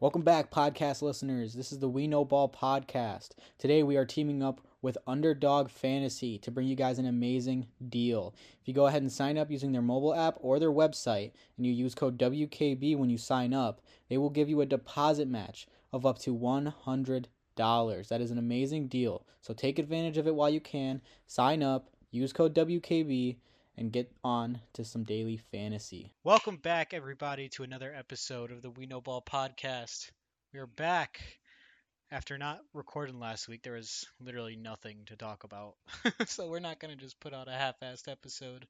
Welcome back, podcast listeners. This is the We Know Ball podcast. Today we are teaming up with Underdog Fantasy to bring you guys an amazing deal. If you go ahead and sign up using their mobile app or their website, and you use code WKB when you sign up, they will give you a deposit match of up to $100. That is an amazing deal. So take advantage of it while you can. Sign up, use code WKB, and get on to some daily fantasy. Welcome back, everybody, to another episode of the We Know Ball podcast. We are back after not recording last week. There was literally nothing to talk about, so we're not gonna just put out a half-assed episode.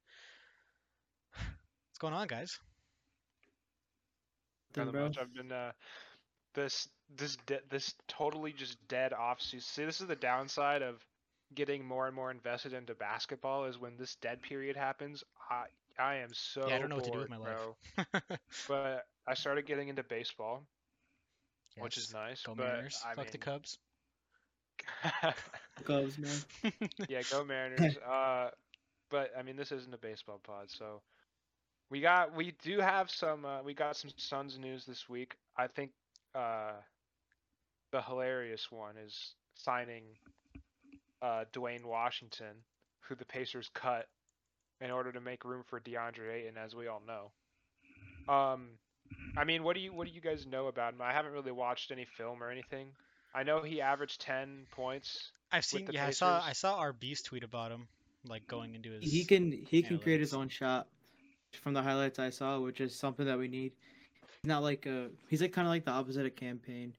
What's going on, guys? Nothing bro. much. I've been uh, this this de- this totally just dead off. se- See, this is the downside of getting more and more invested into basketball is when this dead period happens. I I am so Yeah, I don't know what to do with bored, my life. bro. But I started getting into baseball, which Yes. is nice. Go but Mariners! I Fuck the Cubs. mean, Cubs, man. yeah, go Mariners. uh, but I mean, this isn't a baseball pod, so we got we do have some uh, we got some Suns news this week. I think uh, the hilarious one is signing uh, Dwayne Washington, who the Pacers cut in order to make room for DeAndre Ayton, as we all know. Um, I mean, what do you what do you guys know about him? I haven't really watched any film or anything. I know he averaged ten points. I've seen. the Yeah, I saw. I Pacers. saw our beast tweet about him, like going into his. He can he can create his analytics. own shot from the highlights I saw, which is something that we need. He's not like a he's like kind of like the opposite of campaign.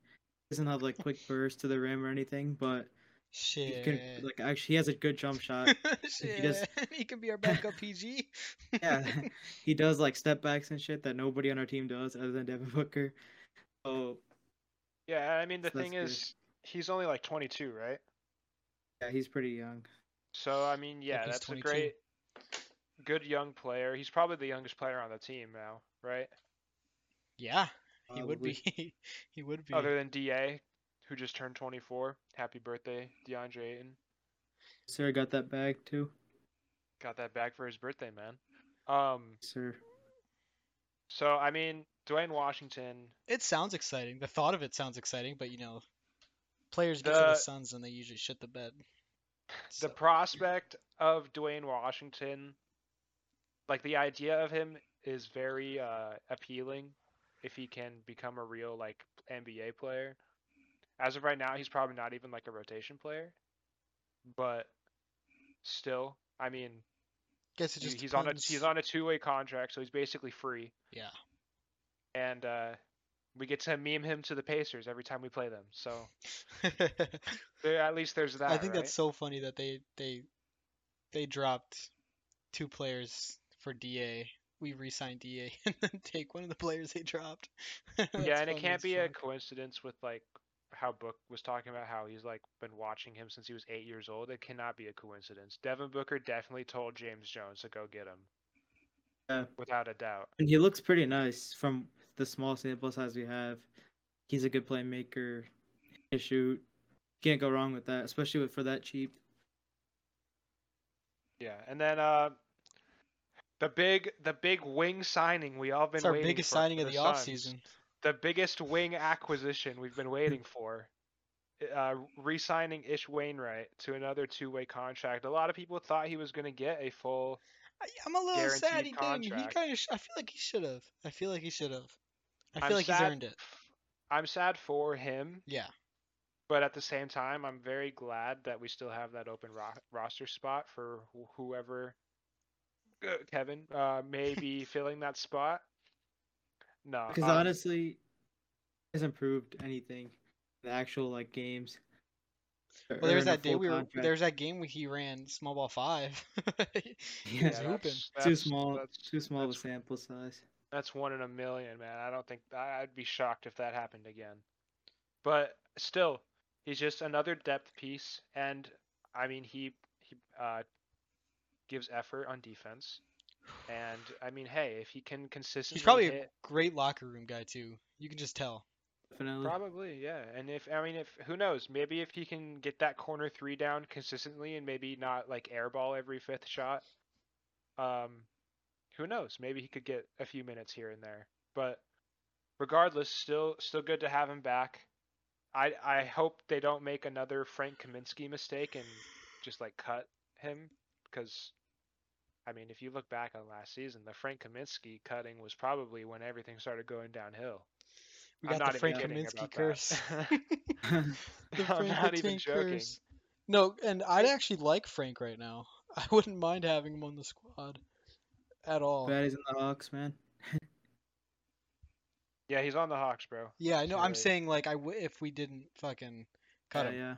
He doesn't have like quick bursts to the rim or anything, but he Shit. can like actually he has a good jump shot. Shit. He, does- can be our backup PG. yeah, he does like step backs and shit that nobody on our team does other than Devin Booker. So Yeah, I mean the So that's thing good. is, he's only like 22, right? yeah, he's pretty young. So I mean, yeah, he's that's a 22. great, good young player. He's probably the youngest player on the team now, right? yeah, he would Probably. be. he would be. Uh, Other than Da, who just turned 24. Happy birthday, DeAndre Ayton. Sir got that bag too. Got that back for his birthday, man. Um, Sir, so I mean, Dwayne Washington. It sounds exciting. The thought of it sounds exciting, but you know, players get to the The- Suns and they usually shit the bed. the So, prospect of Dwayne Washington, like the idea of him, is very uh, appealing. If he can become a real like NBA player, as of right now, he's probably not even like a rotation player. But still, I mean, guess it he- just he's on a depends. he's on a two way contract, so he's basically free, Yeah, and uh, we get to meme him to the Pacers every time we play them. So there, at least there's that. I think right? that's so funny that they they they dropped two players for Da. We re-signed Da and then take one of the players they dropped. yeah, and it can't be a coincidence with like how Book was talking about how he's like been watching him since he was eight years old. It cannot be a coincidence. Devin Booker definitely told James Jones to go get him. Yeah. Without a doubt. and he looks pretty nice from the small sample size we have. He's a good playmaker. Can shoot. Can't go wrong with that, especially with, for that cheap. Yeah, and then uh, the big the big wing signing we all been It's our waiting biggest for signing for of the Suns. offseason. The biggest wing acquisition we've been waiting for. Uh, re-signing Ish Wainwright to another two-way contract. A lot of people thought he was going to get a full I, I'm a little sad guaranteed he didn't. He contract. kind of. Sh- I feel like he should have. I feel like he should have. I feel I'm like he's sad- earned it. I'm sad for him, Yeah. but at the same time, I'm very glad that we still have that open ro- roster spot for wh- whoever Kevin uh, may be filling that spot. No, Uh, Because um, honestly, it hasn't proved anything. The actual like games. to Well, there was earn a that day full we were. contract. There was that game where he ran small ball five. Yeah, yeah, He's hooping. that's- too that's- small. That's, too small of a that's, sample size. that's one in a million, man. I don't think I- I'd be shocked if that happened again. But still, he's just another depth piece, and I mean he he uh, gives effort on defense. And I mean, hey, if he can consistently probably a hit, Great locker room guy too. You can just tell. Definitely. probably yeah. And if I mean, if who knows? Maybe if he can get that corner three down consistently and maybe not like airball every fifth shot, um, who knows? Maybe he could get a few minutes here and there. But regardless, still still good to have him back. I I hope they don't make another Frank Kaminsky mistake and just like cut him because I mean, if you look back on last season, the Frank Kaminsky cutting was probably when everything started going downhill. We I'm got not the even Frank kidding Kaminsky about that. curse. The I'm Frank not even Kaminsky joking. curse. No, and I'd actually like Frank right now. I wouldn't mind having him on the squad at all. Bad he's in the Hawks, man. Yeah, he's on the Hawks, bro. Yeah, I know. I'm Seriously. saying like I w- if we didn't fucking cut yeah, him, yeah.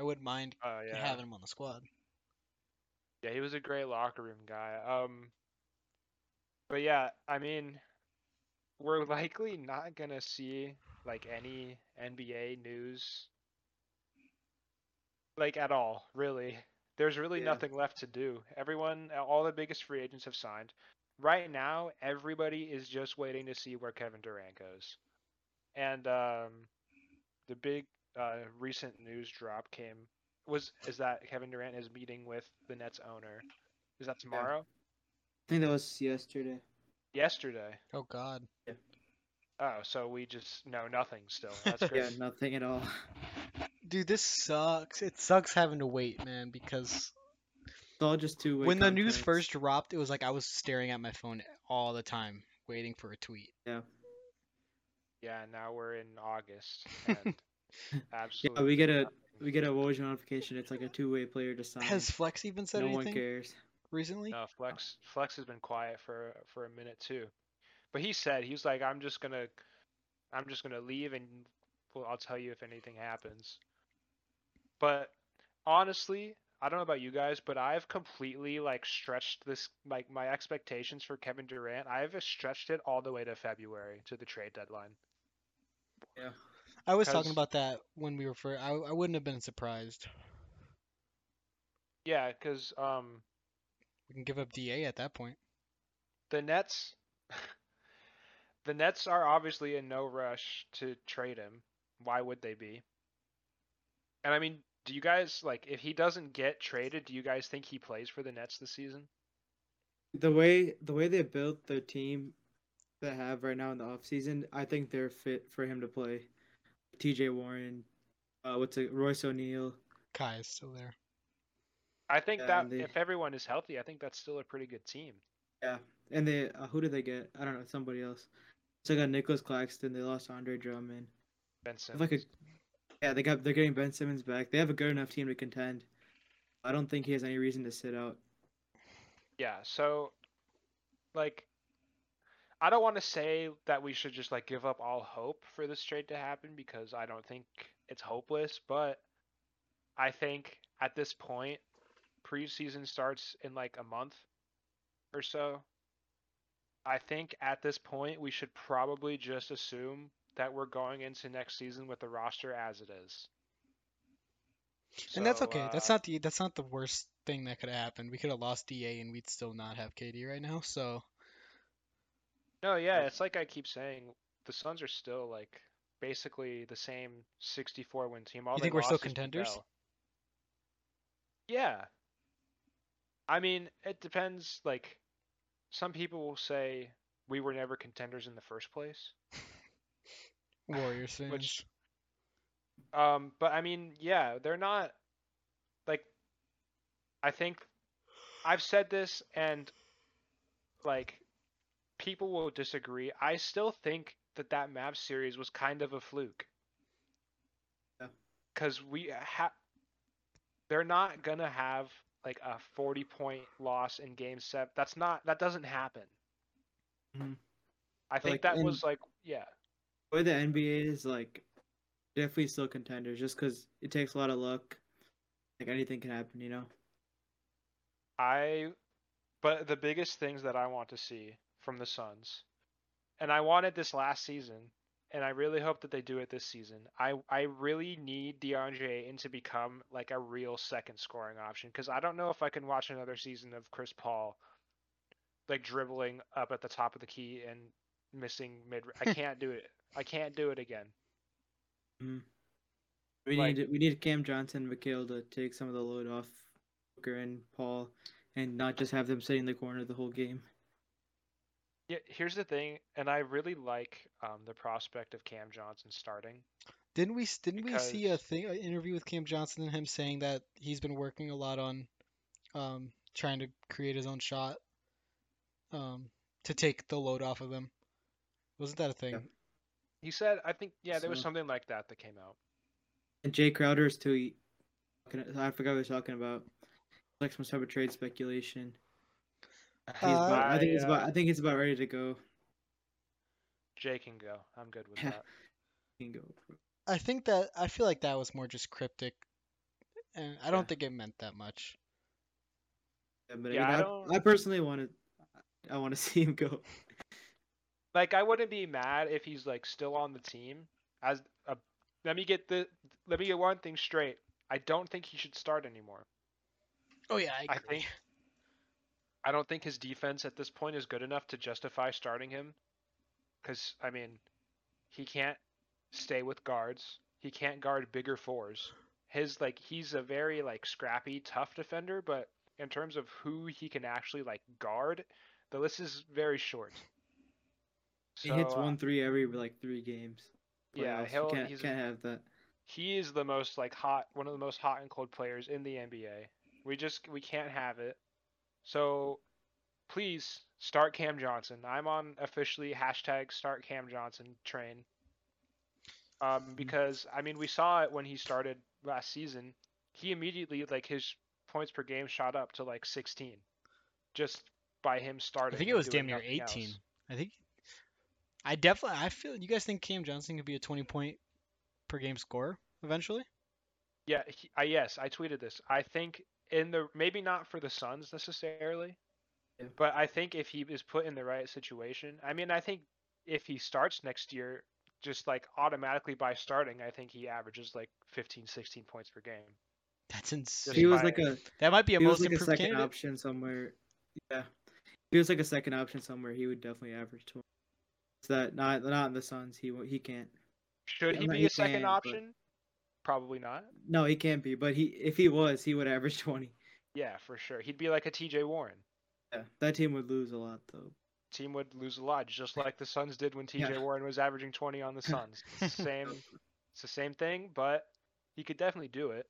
I wouldn't mind Oh yeah. having him on the squad. Yeah, he was a great locker room guy. Um, but yeah, I mean, we're likely not gonna see like any NBA news, like at all. Really, there's really Yeah. nothing left to do. Everyone, all the biggest free agents have signed. Right now, everybody is just waiting to see where Kevin Durant goes. And um, the big uh, recent news drop came was is that Kevin Durant is meeting with the Nets owner. Is that tomorrow? I think that was yesterday. Yesterday. Oh God. Oh, so we just know nothing still. That's Yeah, crazy. nothing at all. Dude, this sucks. It sucks having to wait, man, because It's all just two. when the news first dropped, it was like I was staring at my phone all the time, waiting for a tweet. yeah, now we're in August. And absolutely. we get a- nothing. we get a Woj notification. It's like a two-way player to Um, sign. Has Flex even said no one anything cares. recently? No, Flex Flex has been quiet for for a minute too, but he said he was like, "I'm just gonna, I'm just gonna leave, and well, I'll tell you if anything happens." But honestly, I don't know about you guys, but I've completely like stretched this like my expectations for Kevin Durant. I've stretched it all the way to February to the trade deadline. I was talking 'cause- about that when we were first. I, I wouldn't have been surprised. Yeah, because um, We can give up Da at that point. the Nets the Nets are obviously in no rush to trade him. Why would they be? And I mean, do you guys like if he doesn't get traded, do you guys think he plays for the Nets this season? The way the way they built their team they have right now in the offseason, I think they're fit for him to play. T.J. Warren, uh, what's it, Royce O'Neal. Kai is still there. I think Yeah, that they- if everyone is healthy, I think that's still a pretty good team. Yeah, and they uh, who did they get? I don't know, somebody else. So they got Nicholas Claxton. They lost Andre Drummond. They Benson. have like a yeah, they got they're getting Ben Simmons back. They have a good enough team to contend. I don't think he has any reason to sit out. Yeah, so like I don't want to say that we should just like give up all hope for this trade to happen because I don't think it's hopeless, but I think at this point preseason starts in like a month or so. I think at this point we should probably just assume that we're going into next season with the roster as it is. and that's So, okay. that's uh, not the that's not the worst thing that could have happened. We could have lost Da and we'd still not have KD right now. So No, yeah, Yeah. it's like I keep saying, the Suns are still like basically the same 64 win team. All You they think we're still lost is contenders? Bell. Yeah. I mean, it depends. Like, some people will say we were never contenders in the first place. Warriors fans. Which- Um, but I mean, yeah, they're not like I think I've said this and like people will disagree. I still think that that map series was kind of a fluke. Yeah. Cuz we ha- they're not going to have like a 40 point loss in game 7. That's not that doesn't happen. Mhm. I think Like, that in- was like yeah. The way the NBA is like definitely still contenders just because it takes a lot of luck. Like anything can happen, you know. I but the biggest things that I want to see from the Suns, and I wanted this last season, and I really hope that they do it this season. I I really need DeAndre Ayton to become like a real second scoring option because I don't know if I can watch another season of Chris Paul like dribbling up at the top of the key and missing mid. I can't do it. I can't do it again. We Like- need we need Cam Johnson, McHale to take some of the load off Booker and Paul, and not just have them sit in the corner the whole game. Yeah, here's the thing, and I really like um, the prospect of Cam Johnson starting. Didn't we s- didn't we see a Because- thing an interview with Cam Johnson and him saying that he's been working a lot on um trying to create his own shot um to take the load off of him. Wasn't that a thing? He said, I think, yeah, there was So- something like that that came out. And Jay Crowder is too. I forgot what he was talking about. Like some type of trade speculation. He's Uh, about, I think he's uh, about. I think he's about ready to go. Jay can go. I'm good with that. He can go. I think that I feel like that was more just cryptic and I don't Yeah. think it meant that much. Yeah, but Yeah, I I, don't- I personally want to. I want to see him go. Like, I wouldn't be mad if he's like still on the team. As a, let me get the let me get one thing straight. I don't think he should start anymore. Oh yeah, I think I don't think his defense at this point is good enough to justify starting him. Because I mean, he can't stay with guards. He can't guard bigger fours. His like he's a very like scrappy, tough defender, but in terms of who he can actually like guard, the list is very short. He hits So, uh, one three every like three games. Yeah, Playoffs. You he'll, can't, he's can't have that. he is the most like hot one of the most hot and cold players in the NBA. We just we can't have it. So please start Cam Johnson. I'm on officially hashtag start Cam Johnson train. Hmm. Um, because I mean we saw it when he started last season. He immediately like his points per game shot up to like 16, just by him starting. I think it and was damn doing near nothing 18. else. I think I definitely I feel you guys think Cam Johnson could be a 20 point per game scorer eventually? Yeah, he, I, yes, I tweeted this. I think in the maybe not for the Suns necessarily, Yeah. but I think if he is put in the right situation, I mean, I think if he starts next year, just like automatically by starting, I think he averages like 15, 16 points per game. That's insane. He was by- like a. that might be a He was most like a improved second candidate. option somewhere. Yeah, he was like a second option somewhere. He would definitely average twenty. Is that not not in the Suns? He won't- he can't. Should Yeah, he no, be he a second can, but- option? Probably not. No, he can't be. But he if he was, he would average twenty. Yeah, for sure. He'd be like a TJ Warren. Yeah, that team would lose a lot though. Team would lose a lot, just like the Suns did when TJ Yeah. Warren was averaging 20 on the Suns. It's the same, it's the same thing, but he could definitely do it.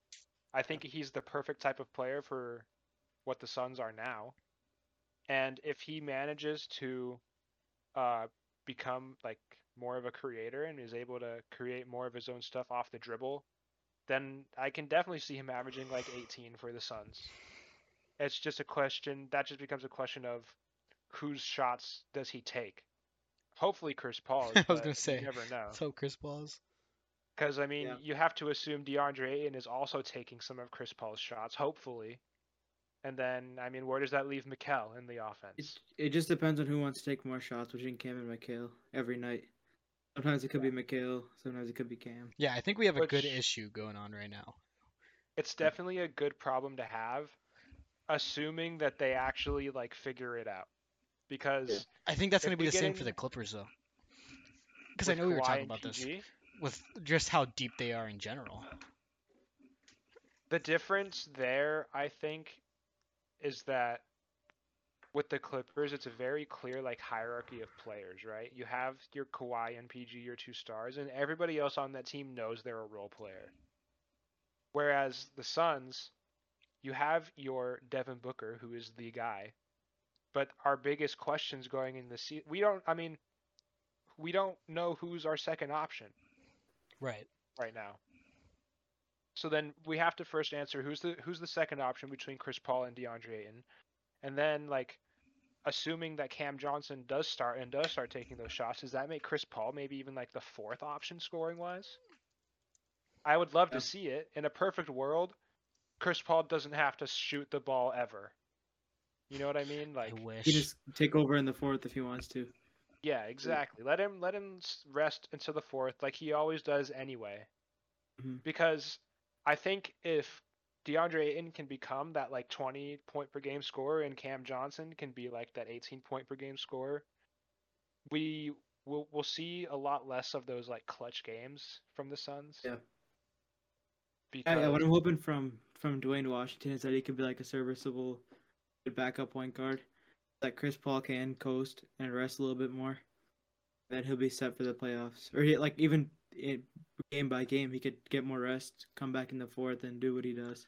I think he's the perfect type of player for what the Suns are now. And if he manages to uh, become like more of a creator and is able to create more of his own stuff off the dribble, then I can definitely see him averaging like 18 for the Suns. It's just a question that just becomes a question of whose shots does he take. Hopefully Chris Paul. I was gonna you say, never know. So Chris Paul's. Because I mean, Yeah. you have to assume DeAndre Ayton is also taking some of Chris Paul's shots, hopefully. And then, I mean, where does that leave Mikel in the offense? It it just depends on who wants to take more shots between Cam and Mikhail every night. Sometimes it could be Mikhail. Sometimes it could be Cam. Yeah, I think we have a good Which- issue going on right now. It's definitely a good problem to have, assuming that they actually like figure it out. Because I think that's If going to be we the get same in for the Clippers though. Because I with know we were Kawhi talking and about this PG, with just how deep they are in general. The difference there, I think, is that with the Clippers, it's a very clear like hierarchy of players, right? You have your Kawhi and PG, your two stars, and everybody else on that team knows they're a role player. Whereas the Suns, you have your Devin Booker, who is the guy, but our biggest questions going in the season, we don't. I mean, we don't know who's our second option Right. right now. So then we have to first answer who's the who's the second option between Chris Paul and DeAndre Ayton, and then like assuming that Cam Johnson does start and does start taking those shots, does that make Chris Paul maybe even like the fourth option scoring wise? I would love Yeah. to see it. In a perfect world, Chris Paul doesn't have to shoot the ball ever. You know what I mean? Like I wish. He just take over in the fourth if he wants to. yeah, exactly. Let him let him s- rest until the fourth, like he always does anyway. Mm-hmm. Mhm. Because I think if DeAndre Ayton can become that like 20 point per game scorer and Cam Johnson can be like that 18 point per game scorer, we will we'll see a lot less of those like clutch games from the Suns. Yeah. Because Yeah, Uh, yeah, what I'm hoping from from Dwayne Washington is that he could be like a serviceable good backup point guard. that Chris Paul can coast and rest a little bit more, then he'll be set for the playoffs. Or he, like even it, game by game, he could get more rest, come back in the fourth, and do what he does.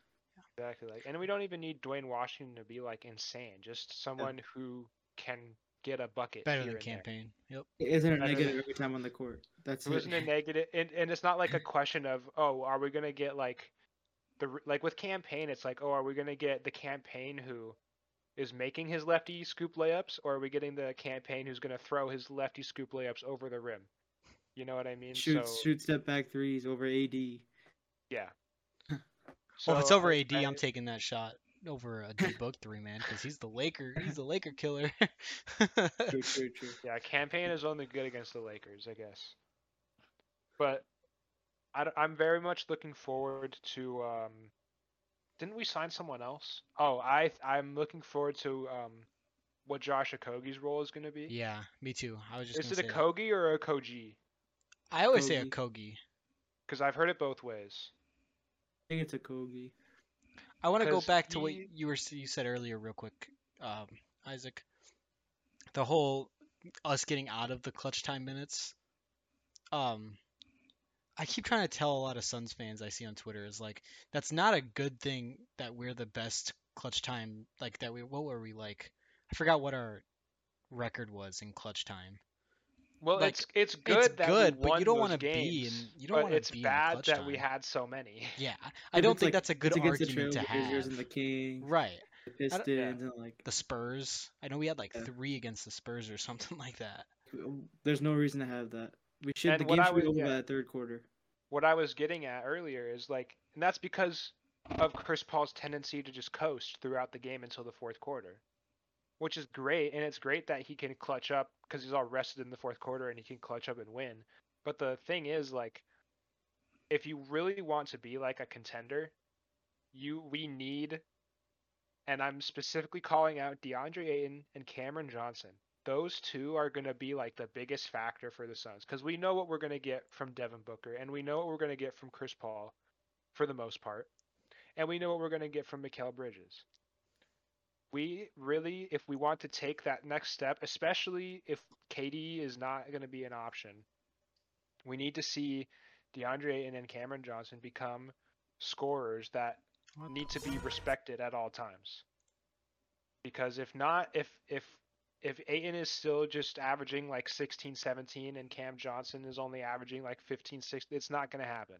Exactly. Like, and we don't even need Dwayne Washington to be like insane. Just someone who can get a bucket. Better here than and there. campaign. Yep. It isn't a I don't negative know. every time on the court. That's It it. wasn't a negative, and, and it's not like a question of oh, are we gonna get like the r- like with campaign? It's like oh, are we gonna get the campaign who is making his lefty scoop layups, or are we getting the campaign who's gonna throw his lefty scoop layups over the rim? You know what I mean? shoot, so, shoot, step back threes over AD. Yeah. well, if it's So, over I- AD, I, I- am taking that shot over a D book three man because he's the Laker. He's the Laker killer. True, true, true. Yeah, campaign is only good against the Lakers, I guess. But I, am very much looking forward to. Um, didn't we sign someone else? Oh, I I'm looking forward to um, what Josh Okogie's role is going to be. yeah, me too. I was just. is gonna it a say that. Kogi or a Koji? I always say a Kogi. Because I've heard it both ways. I think it's a Kogi. I want to go 'Cause back to what he- you were you said earlier, real quick, um, Isaac. The whole us getting out of the clutch time minutes. Um, I keep trying to tell a lot of Suns fans I see on Twitter is like that's not a good thing that we're the best clutch time like that we what were we like I forgot what our record was in clutch time. Well, Like, it's it's good that good, we but you won don't those wanna be games, in- you don't but wanna it's be in the bad clutch that we time. had so many. Yeah, I- I If don't it's, think like, that's a good it's against argument the to have. Trailblazers and the Kings, Right. the don't- Pistons, yeah. and like The Spurs. I know we had like Yeah. three against the Spurs or something like that. there's no reason to have that. We should And the what game I should be would- over yeah. by the third quarter. what I was getting at earlier is like, and that's because of Chris Paul's tendency to just coast throughout the game until the fourth quarter, which is great. And it's great that he can clutch up because he's all rested in the fourth quarter and he can clutch up and win. But the thing is, like, if you really want to be like a contender, you we need, and I'm specifically calling out DeAndre Ayton and Cameron Johnson. Those two are going to be like the biggest factor for the Suns because we know what we're going to get from Devin Booker and we know what we're going to get from Chris Paul for the most part, and we know what we're going to get from Mikael Bridges. We really, if we want to take that next step, especially if KD is not going to be an option, we need to see DeAndre Ayton and Cameron Johnson become scorers that need to be respected at all times. Because if not, if if if Aiton is still just averaging like 16, 17, and Cam Johnson is only averaging like 15, 16, it's not going to happen.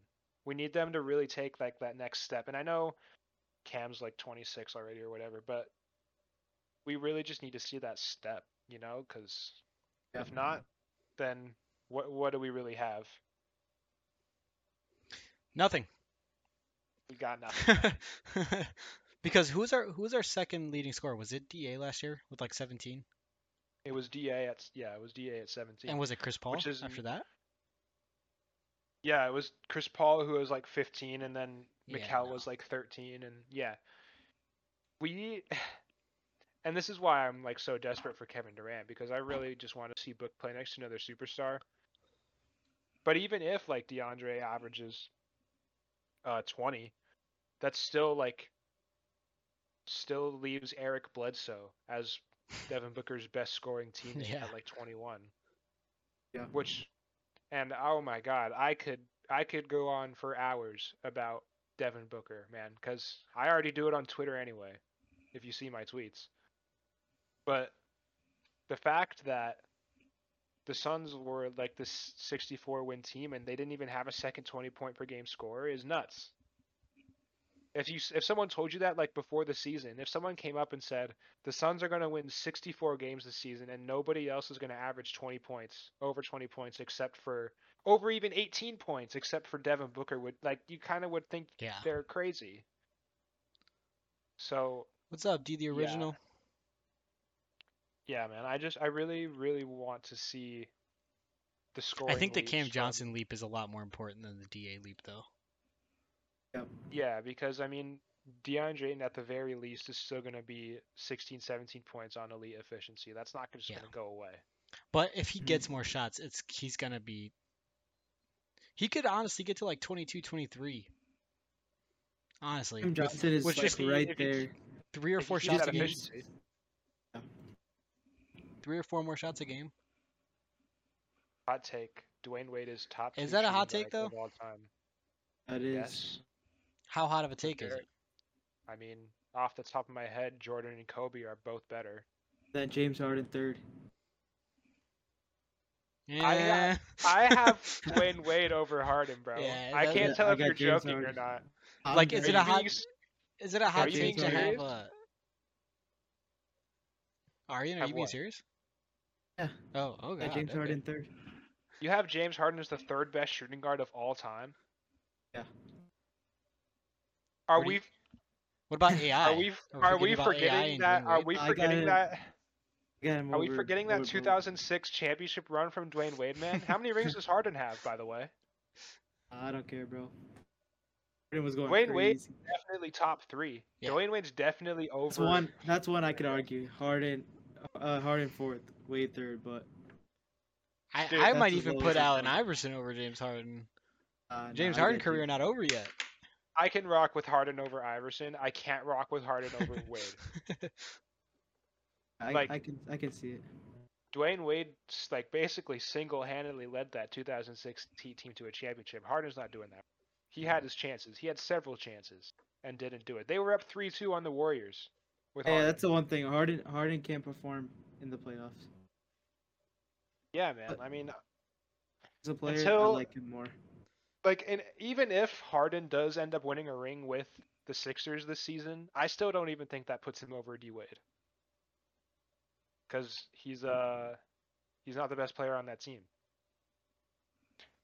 We need them to really take like that next step. And I know Cam's like 26 already or whatever, but we really just need to see that step, you know? Because if not, then what what do we really have? Nothing. We got nothing. because who's our who's our second leading scorer? Was it Da last year with like 17? it was Da at yeah, it was Da at 17. And was it Chris Paul Which is- after that? Yeah, it was Chris Paul who was like 15, and then Yeah, Mikel no. was like 13, and yeah, we. And this is why I'm like so desperate for Kevin Durant because I really just want to see Book play next to another superstar. But even if like DeAndre averages uh 20, that's still like still leaves Eric Bledsoe as Devin Booker's best scoring teammate Yeah. at like 21 Yeah. which and oh my god i could i could go on for hours about devin booker man because i already do it on twitter anyway if you see my tweets but the fact that the suns were like this 64 win team and they didn't even have a second 20 point per game scorer is nuts if you s- if someone told you that like before the season if someone came up and said the Suns are going to win 64 games this season, and nobody else is going to average 20 points, over 20 points, except for over even 18 points, except for Devin Booker. Would like you kind of would think Yeah. they're crazy. So What's up, D the original? yeah, man, I just I really really want to see the score. I think the Cam Johnson leap is a lot more important than the Da leap though. Yeah, because I mean DeAndre Ayton at the very least is still going to be 16, 17 points on elite efficiency. That's not just Yeah. going to go away. But if he Mhm. gets Hmm. more shots, it's he's going to be He could honestly get to like 22, 23. Honestly, Cam with Johnson is which like just right if you- there. three or If he four keeps shots that a game. efficiency. three or four more shots a game. Hot take. Dwayne Wade is top. Is two that a hot shooting take, guard though? Of all time. That is. Yes. How hot of a take is Barrett. it? I mean, off the top of my head, Jordan and Kobe are both better. That James Harden third. I got- Yeah. I have Dwayne Wade over Harden, bro. Yeah, I that- can't Yeah, tell I if got you're James joking or Harden. not. Like, I'm is it very- a Are you hot- being s- Is it a hot you take being to have serious? a? Aryan, are Have you being what? serious? Yeah. Oh, oh Yeah, god. James okay. Harden third. You have James Harden as the third best shooting guard of all time. Yeah. Are What do we you- What about AI? are we Oh, Are we are we forgetting about AI and forgetting that Dwayne are Wade? we I got forgetting it. that Got him are we over- forgetting that over- 2006 championship run from Dwayne Wade, man? How many rings does Harden have, by the way? I don't care, bro. Harden was going Wade- Wade- crazy. Definitely top three. Yeah. Dwayne Wade's definitely over. That's one. That's one I could argue. Harden, uh, Harden fourth, Wade third, but I, Dude, I that's might as even low put as I Allen thought. Iverson over James Harden. uh, nah, James I Harden get you. career not over yet. I can rock with Harden over Iverson. I can't rock with Harden over Wade. I, like- I can I can see it. Dwayne Wade s- like basically single-handedly led that 2006 T team to a championship. Harden's not doing that. He had his chances. He had several chances and didn't do it. They were up 3-2 on the Warriors with Yeah, Harden. that's the one thing. Harden Harden can't perform in the playoffs. yeah, man. but- I mean, As a player, I Until- like him more. like and even if Harden does end up winning a ring with the Sixers this season, I still don't even think that puts him over D Wade. Cuz he's uh he's not the best player on that team.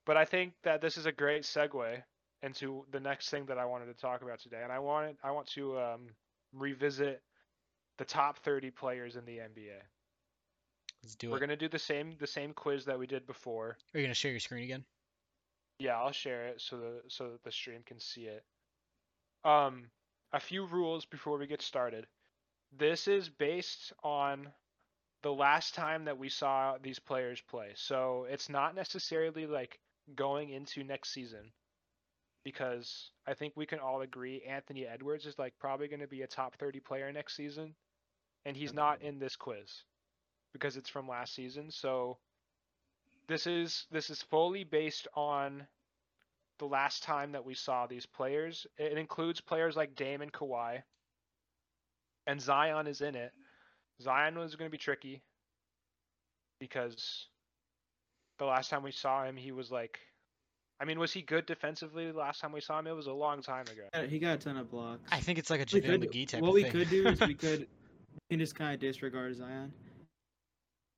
But I think that this is a great segue into the next thing that I wanted to talk about today and I wanted I want to um revisit the top 30 players in the NBA. Let's do We're it. going to do the same the same quiz that we did before. Are you gonna share your screen again? Yeah, I'll share it so the so that the stream can see it. Um, a few rules before we get started. This is based on the last time that we saw these players play. So it's not necessarily like going into next season because I think we can all agree Anthony Edwards is like probably going to be a top 30 player next season and he's not in this quiz because it's from last season. So this is this is fully based on the last time that we saw these players. It includes players like Dame and Kawhi, and Zion is in it. Zion was going to be tricky because the last time we saw him, he was like, I mean, was he good defensively? The last time we saw him, it was a long time ago. Uh, He got a ton of blocks. I think it's like a We JaVale could- McGee type what of we thing. could do is we could we can just kind of disregard Zion.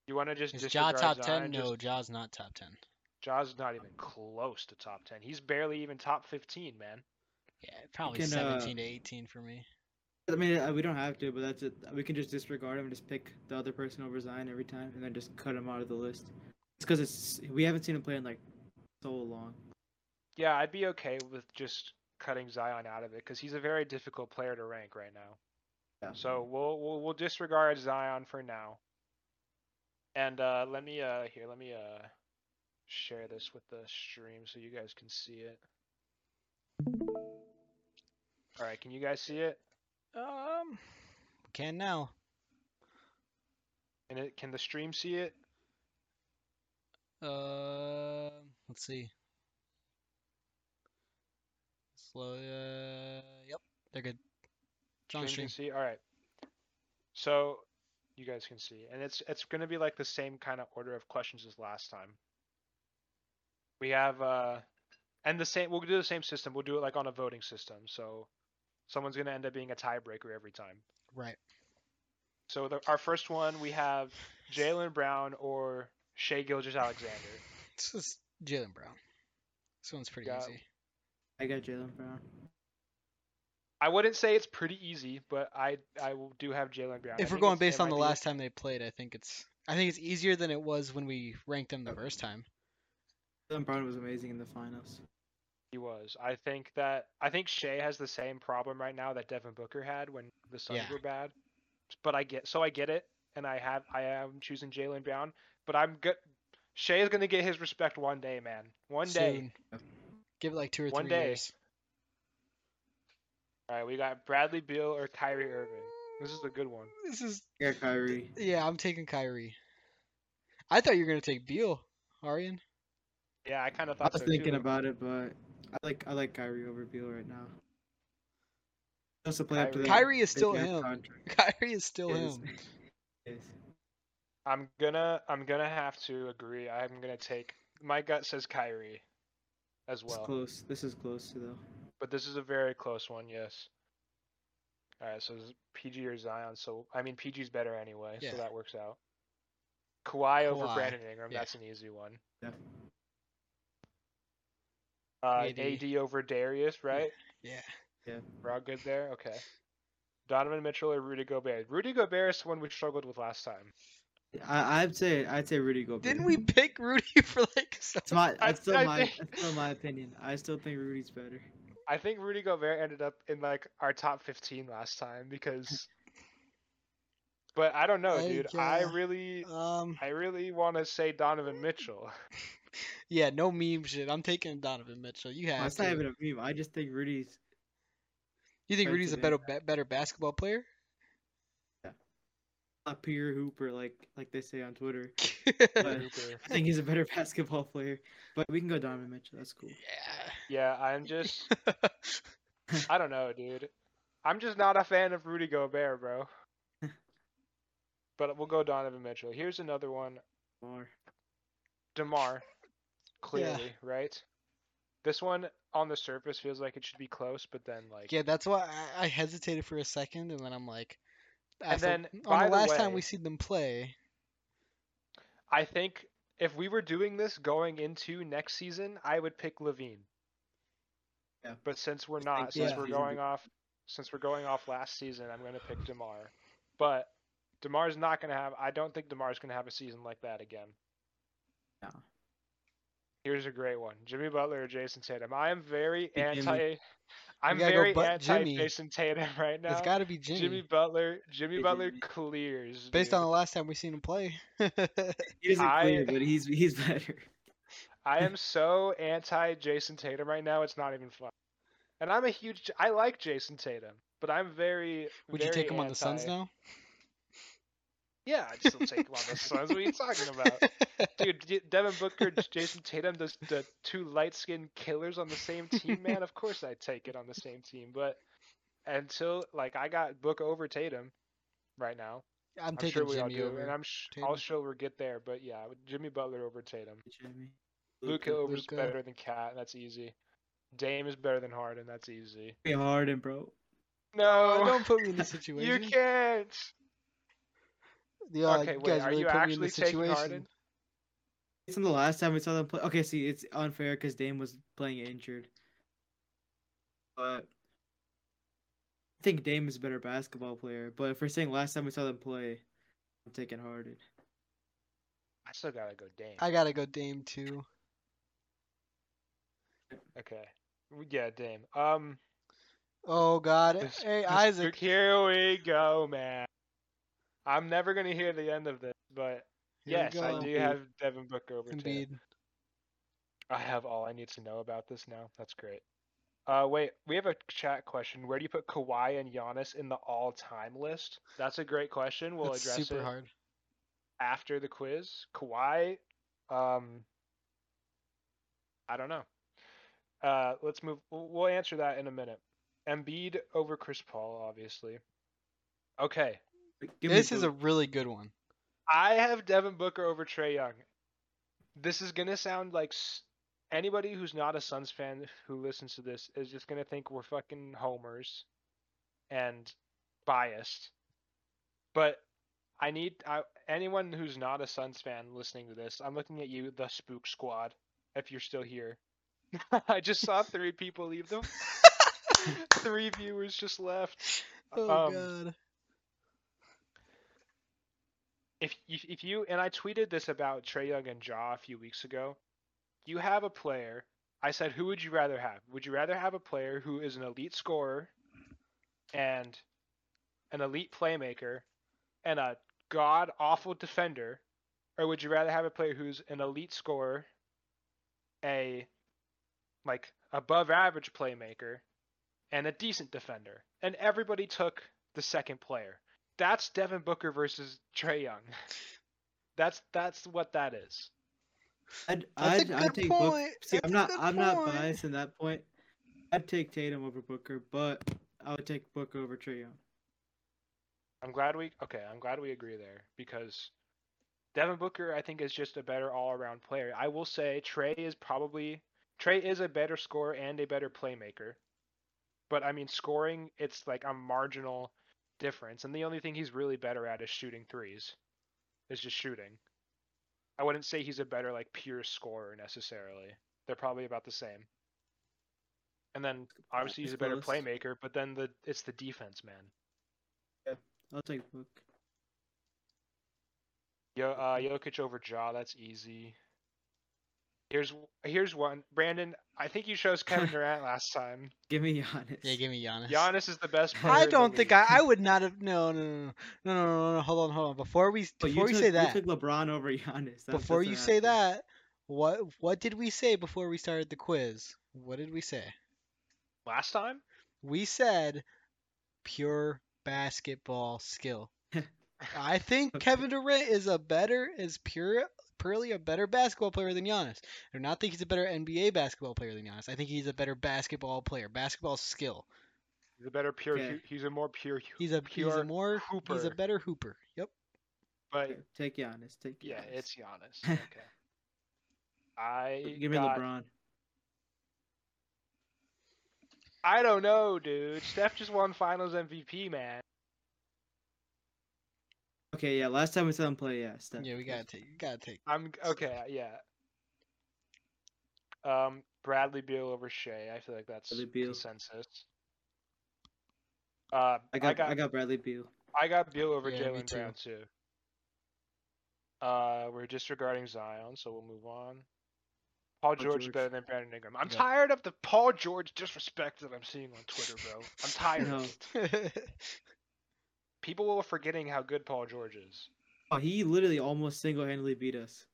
You want to just Is Ja disregard top ten? Zion, No, just- Ja's not top ten. Ja's not even close to top ten. He's barely even top fifteen, man. Yeah, probably can, uh, seventeen to eighteen for me. I mean, uh, we don't have to, but that's it. We can just disregard him and just pick the other person over Zion every time, and then just cut him out of the list. It's because it's we haven't seen him play in like so long. Yeah, I'd be okay with just cutting Zion out of it because he's a very difficult player to rank right now. Yeah. So we'll we'll, we'll disregard Zion for now. And uh, let me uh here let me uh share this with the stream so you guys can see it. All right, can you guys see it? Um, can now. And it, can the stream see it? Uh, let's see. Slow. Uh, yep, they're good. It's on stream. Stream can see. All right. So you guys can see, and it's it's going to be like the same kind of order of questions as last time. We have uh, and the same. We'll do the same system. We'll do it like on a voting system. So someone's going to end up being a tiebreaker every time. Right. So the, our first one, we have Jalen Brown or Shea Gilgis Alexander. This is Jalen Brown. This one's pretty Got- easy. I got Jalen Brown. I wouldn't say it's pretty easy, but I I will- do have Jalen Brown. I If we're think going it's- based it on the might be- last time they played, I think it's I think it's easier than it was when we ranked them the first time. Jalen Brown was amazing in the finals. He was. I think that I think Shea has the same problem right now that Devin Booker had when the Suns Yeah. were bad. But I get so I get it, and I have I am choosing Jalen Brown. But I'm good. Shea is gonna get his respect one day, man. One day. Soon. Give it like two or One three day. years. All right, we got Bradley Beal or Kyrie Irving. This is a good one. This is Yeah, Kyrie. yeah, I'm taking Kyrie. I thought you were gonna take Beal, Arian. Yeah, I kind of I thought was so thinking too. about it, but I like I like Kyrie over Beal right now. Just to play up to Kyrie- the Kyrie is still APR him. contract. Kyrie is still Yes. him. Yes. I'm gonna I'm gonna have to agree. I'm gonna take my gut says Kyrie as It's well. close. This is close though. But this is a very close one, yes. Alright, so it's PG or Zion, so I mean PG's better anyway, Yeah. so that works out. Kawhi, over Kawhi, Brandon Ingram, yeah. that's an easy one. Yeah. Uh, AD. AD. over Darius, right? Yeah. We're all good there? Okay. Donovan Mitchell or Rudy Gobert? Rudy Gobert is one we struggled with last time. I I'd say I'd say Rudy Gobert. Didn't we pick Rudy for like? So... It's my I- that's still I my think- that's still my opinion. I still think Rudy's better. I think Rudy Gobert ended up in like our top 15 last time because. But I don't know, I dude. I guess- really, Um. I really want to say Donovan Mitchell. Yeah. No meme shit. I'm taking Donovan Mitchell. You Well, have That's to. not even a meme. I just think Rudy's. You think Right Rudy's a today. better ba- better basketball player? a pure hooper, like like they say on Twitter. yeah. But I think he's a better basketball player. But we can go Donovan Mitchell. That's cool. yeah, I'm just, I don't know, dude. I'm just not a fan of Rudy Gobert, bro. But we'll go Donovan Mitchell. Here's another one. Or Demar, clearly, right? This one on the surface feels like it should be close, but then like yeah. That's why I, I hesitated for a second, and then I'm like. And after- then, on by the the last time way- we seen them play, I think if we were doing this going into next season, I would pick Levine. Yeah. But since we're I not, think since yeah. we're season going be- off, since we're going off last season, I'm going to pick Demar. But Demar's not going to have. I don't think Demar's going to have a season like that again. No. Here's a great one: Jimmy Butler or Jason Tatum. I am very Hey, Jimmy. anti. I'm gotta go very but anti Jimmy. Jason Tatum right now. it's got to be Jimmy. Jimmy. Butler. Jimmy Hey, Butler Jimmy. clears. Based dude. on the last time we seen him play. he doesn't I- clear, but he's he's better. I am so anti Jason Tatum right now. It's not even fun. And I'm a huge. I like Jason Tatum, but I'm very. Would you very take him on the Suns anti- now? Yeah, I'd still take him on the Suns. What are you talking about, dude? D- Devin Booker, J- Jason Tatum, those the two light skinned killers on the same team, man. Of course, I'd take it on the same team. But until like I got Book over Tatum right now, I'm I'm, taking sure we all Jimmy do, over. and I'm sh- Tatum. I'll sure we'll get there. But yeah, Jimmy Butler over Tatum. Jimmy. Luca Luka. over is Luka. better than Cat. That's easy. Dame is better than Harden. That's easy. Be Harden, bro. Oh, No, don't put me in this you situation. can't. Yeah, okay, uh, you wait. guys Are really you put me in actually this taking situation. Harden? It's on the last time we saw them play. Okay, see, it's unfair because Dame was playing injured. But I think Dame is a better basketball player. But if we're saying last time we saw them play, I'm taking Harden. I still gotta go Dame. I gotta go Dame too. Okay. W- Yeah, Dame. Um. Oh God, this- hey this- Isaac, Here we go, man. I'm never gonna hear the end of this, but Here we yes, I go. do have Devin Booker over Tatum. Embiid. I have all I need to know about this now. That's great. Uh, wait, we have a chat question. Where do you put Kawhi and Giannis in the all-time list? That's a great question. We'll That's address super it hard. after the quiz. Kawhi, um, I don't know. Uh, let's move. We'll we'll answer that in a minute. Embiid over Chris Paul, obviously. Okay, Give me this is a Book. really good one. I have Devin Booker over Trey Young. This is gonna sound like s- anybody who's not a Suns fan who listens to this is just gonna think we're fucking homers and biased. But I need I, anyone who's not a Suns fan listening to this. I'm looking at you, the Spook Squad. If you're still here, I just saw three people leave them. three viewers just left. Oh Um, God. if if if you and I tweeted this about Trey Young and Jaw a few weeks ago, you have a player. I said, who would you rather have? Would you rather have a player who is an elite scorer and an elite playmaker and a god awful defender, or would you rather have a player who's an elite scorer, a like above average playmaker, and a decent defender? And everybody took the second player. That's Devin Booker versus Trey Young. That's that's what that is. I'd, That's I'd, a I'd good take Book. point. See, That's I'm a not good I'm not point. biased in that point. I'd take Tatum over Booker, but I would take Booker over Trae Young. I'm glad we okay. I'm glad we agree there because Devin Booker, I think, is just a better all-around player. I will say Trey is probably Trey is a better scorer and a better playmaker, but I mean scoring, it's like a marginal difference, and the only thing he's really better at is shooting threes, is just shooting. I wouldn't say he's a better like pure scorer necessarily. They're probably about the same. And then obviously he's a better Close. playmaker, but then the it's the defense, man. I'll take Book. Yo, uh, Jokic over Jaw. That's easy. Here's here's one, Brandon. I think you chose Kevin Durant last time. Give me Giannis. Yeah, give me Giannis. Giannis is the best. Player I in the don't think league. I, I would not have. No, no, no, no, no, no, no, no. Hold on, hold on. Before we But you before we took- say you that, took LeBron over Giannis. That- before that's you what say happened. that, what what did we say before we started the quiz? What did we say? last time. We said pure basketball skill. I think Okay. Kevin Durant is a better, is pure, purely a better basketball player than Giannis. I do not think he's a better NBA basketball player than Giannis. I think he's a better basketball player, basketball skill. He's a better pure. Okay. hu- He's a more pure. hu- He's a he's Pure a more he's a hooper. better hooper. Yep. But Okay, Take Giannis. Take Giannis. yeah, it's Giannis. Okay. I give me got- LeBron. I don't know, dude. Steph just won Finals MVP, man. Okay, yeah. Last time we saw him play, yeah, Steph. Yeah, we gotta take we gotta take. I'm okay. uh, Yeah. Um, Bradley Beal over Shea. I feel like that's Bradley Beal. consensus. Uh, I got, I got Bradley Beal. I got Beal over Yeah, me Jalen Brown too. Uh, we're disregarding Zion, so we'll move on. Paul George, is George. better than Brandon Ingram. I'm Yeah. tired of the Paul George disrespect that I'm seeing on Twitter, bro. I'm tired. No. People are forgetting how good Paul George is. Oh, he literally almost single-handedly beat us.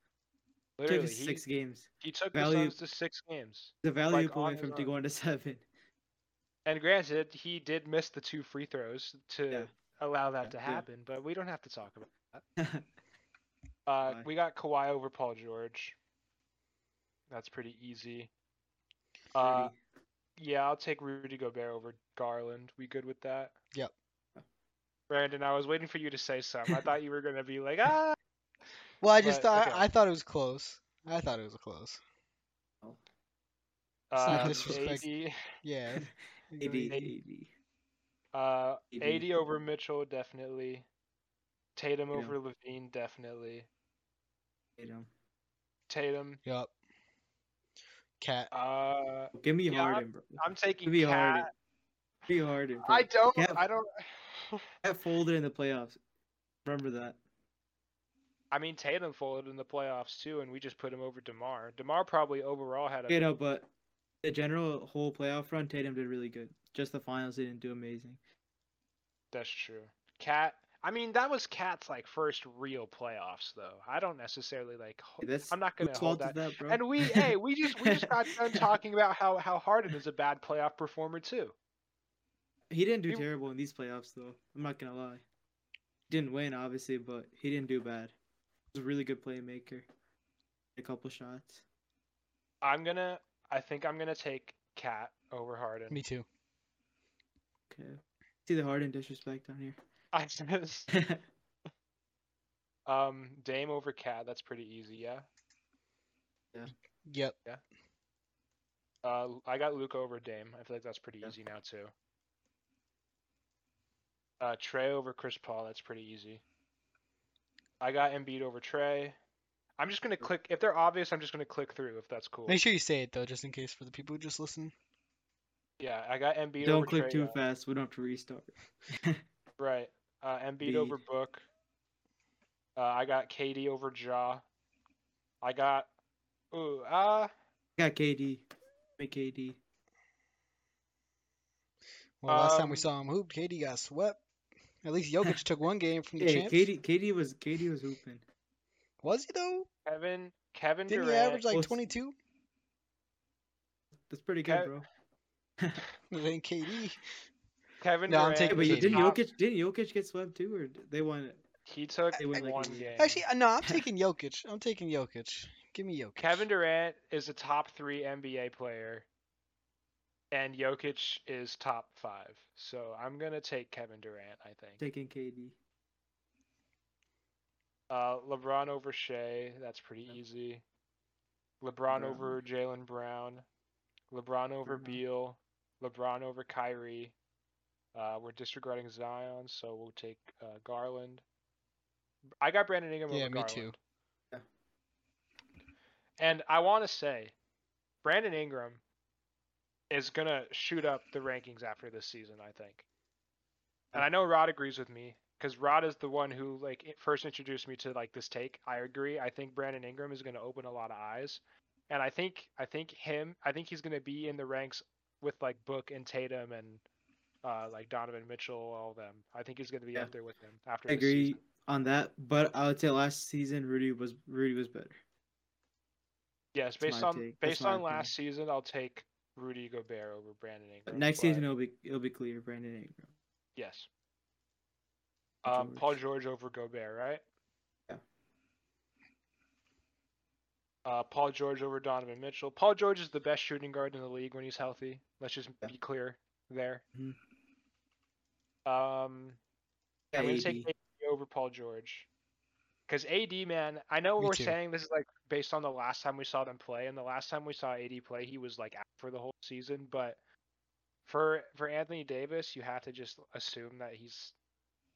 Literally, took us six he, games. he took value- the Suns to six games. The value like, point on his from to own. going to seven. And granted, he did miss the two free throws to Yeah. allow that Yeah, to yeah. happen, but we don't have to talk about that. I Uh, Why? we got Kawhi over Paul George. That's pretty easy. Uh, yeah, I'll take Rudy Gobert over Garland. We good with that? Yep. Brandon, I was waiting for you to say something. I thought you were gonna be like, ah. well, I just But, thought okay. I thought it was close. I thought it was close. not Uh, disrespect. AD, Yeah. AD, Agreed. AD. uh, AD. AD over Mitchell definitely. Tatum Yeah. over Levine definitely. Tatum. Tatum. Yep. Cat. Uh, Give me Yeah, Harden, bro. I'm taking Give me Harden. Cat. Give me Harden. Bro. I don't. Cat- I don't. Cat folded in the playoffs. Remember that. I mean, Tatum folded in the playoffs too, and we just put him over Demar. Demar probably overall had a You know, but the general whole playoff run, Tatum did really good. Just the finals, he didn't do amazing. That's true. Cat. I mean, that was Cat's like first real playoffs, though. I don't necessarily like. ho- Hey, that's I'm not whose gonna hold fault that. is bro. And we, hey, we just we just got done talking about how how Harden is a bad playoff performer too. he didn't do we- terrible in these playoffs, though. I'm not gonna lie. Didn't win, obviously, but he didn't do bad. He was a really good playmaker. A couple shots. I'm gonna. I think I'm gonna take Cat over Harden. Me too. Okay. See the Harden disrespect on here. I just, um Dame over Cat. That's pretty easy. Yeah. Yep. Uh, I got Luke over Dame. I feel like that's pretty Yeah. easy now too. Uh, Trey over Chris Paul. That's pretty easy. I got Embiid over Trey. I'm just gonna click if they're obvious. I'm just gonna click through if that's cool. Make sure you say it though, just in case for the people who just listen. Yeah, I got Embiid over Don't click Trae too Young. fast. We don't have to restart. Right. Uh, Embiid over Book. Uh, I got KD over Jaw. I got. Ooh. Uh, Got KD. Make KD. Well, last time Um, we saw him hoop, KD got swept. At least Jokic took one game from the Hey, champs. KD. KD was KD was hooping. Was he though? Kevin. Kevin Didn't he Durant. average like was- 22? That's pretty Kev- good, bro. Then KD. Kevin No, I'm Durant taking Hey, but you is KD. didn't top- Jokic didn't Jokic get swept too, or they won it? He took They win like one a game. year. Actually, uh, no, I'm taking Jokic. I'm taking Jokic. Give me Jokic. Kevin Durant is a top three NBA player, and Jokic is top five. So I'm gonna take Kevin Durant. I think Taking KD. uh, LeBron over Shea. That's pretty easy. LeBron LeBron. over Jalen Brown. LeBron over Brown. Beal. LeBron over Kyrie. Uh, we're disregarding Zion, so we'll take uh, Garland. I got Brandon Ingram Yeah, over me Garland. too. Yeah. And I want to say, Brandon Ingram is gonna shoot up the rankings after this season. I think, and I know Rod agrees with me because Rod is the one who like i- first introduced me to like this take. I agree. I think Brandon Ingram is gonna open a lot of eyes, and I think I think him. I think he's gonna be in the ranks with like Book and Tatum and uh, like Donovan Mitchell, all of them. I think he's gonna be Yeah. up there with them after. I this season. agree on that, but I would say last season Rudy was Rudy was better. Yes, That's based my on take. That's based my on last season, I'll take Rudy Gobert over Brandon But Ingram. next but- season it'll be it'll be clear Brandon Ingram. yes. Paul Um, George. Paul George over Gobert, right? Yeah. Uh, Paul George over Donovan Mitchell. Paul George is the best shooting guard in the league when he's healthy. Let's just Yeah. be clear there. Mhm. Um, I'm gonna take AD. AD over Paul George. Because AD, man, I know Me we're too. saying this is like based on the last time we saw them play, and the last time we saw AD play, he was like out for the whole season. But for for Anthony Davis, you have to just assume that he's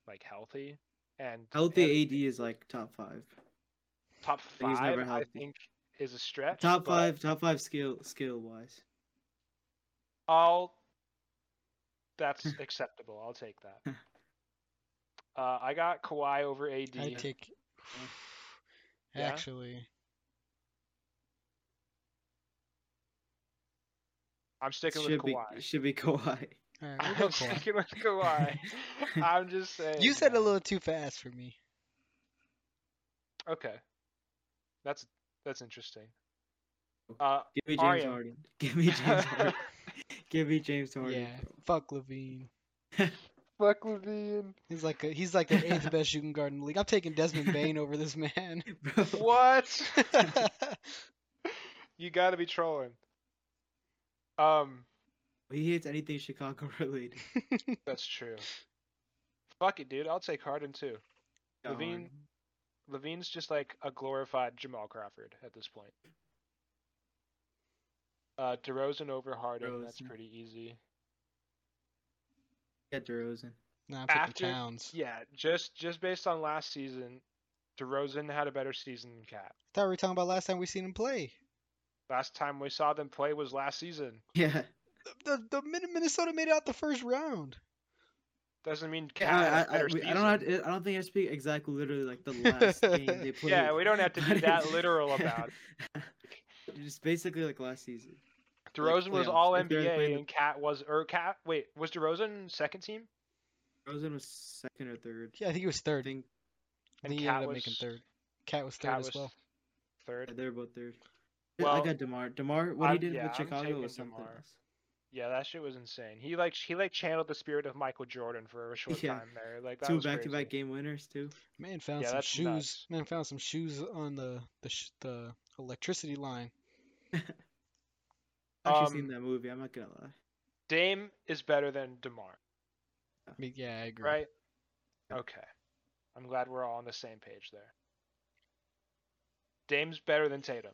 like healthy and and Healthy AD is like top five. top but he's never five. I healthy. think is a stretch. Top but five, top five skill skill wise. I'll that's acceptable. I'll take that. Uh, I got Kawhi over AD. I take. Yeah? Actually, I'm sticking with Should be Kawhi. should be Kawhi. all right, we'll go I'm Kawhi. sticking with Kawhi. I'm just saying. You said a man. little too fast for me. Okay, that's that's interesting. Uh, Give me James Arya. Harden. Give me James Harden. Give me James Harden. Yeah, fuck Levine. fuck Levine. He's like a, he's like the eighth best shooting guard in the league. I'm taking Desmond Bain over this man. Bro. Bro. What? you gotta be trolling. Um, He hits anything Chicago related. that's true. Fuck it, dude. I'll take Harden too. Levine- Levine's just like a glorified Jamal Crawford at this point. Uh, DeRozan over Harden. That's DeRozan. pretty easy. Yeah, DeRozan. Nah, I'm taking After- Towns. Yeah, just just based on last season, DeRozan had a better season than Cat. I thought we were talking about last time we seen him play. Last time we saw them play was last season. Yeah. The the, the Min- Minnesota made it out the first round. Doesn't mean Cat had Yeah, a I, I, I, better we- season. I don't have to, I don't think I speak exactly literally like the last game they played. Yeah, we don't have to be but- that literal about it. Just basically like last season. DeRozan was playoffs, all if they're playing NBA the- and Cat was or Cat wait, was DeRozan second team? Rosen was second or third. Yeah, I think he was I third. think I think And he Cat ended up was- making third. Cat was third Cat as was well. yeah, Third. they're both third. I Well, got Demar. Demar, what I'm- he did yeah, I'm with Chicago taking was something DeMar. else. Yeah, that shit was insane. He like he like channeled the spirit of Michael Jordan for a short Yeah. time there. Like that Two was back-to-back crazy. game winners too. Man found Yeah, some that's shoes. nuts. Man found some shoes on the the sh- the electricity line. I've actually Um, seen that movie. I'm not gonna lie. Dame is better than Demar, I mean, yeah, I agree. right? Yeah. Okay, I'm glad we're all on the same page there. Dame's better than Tatum.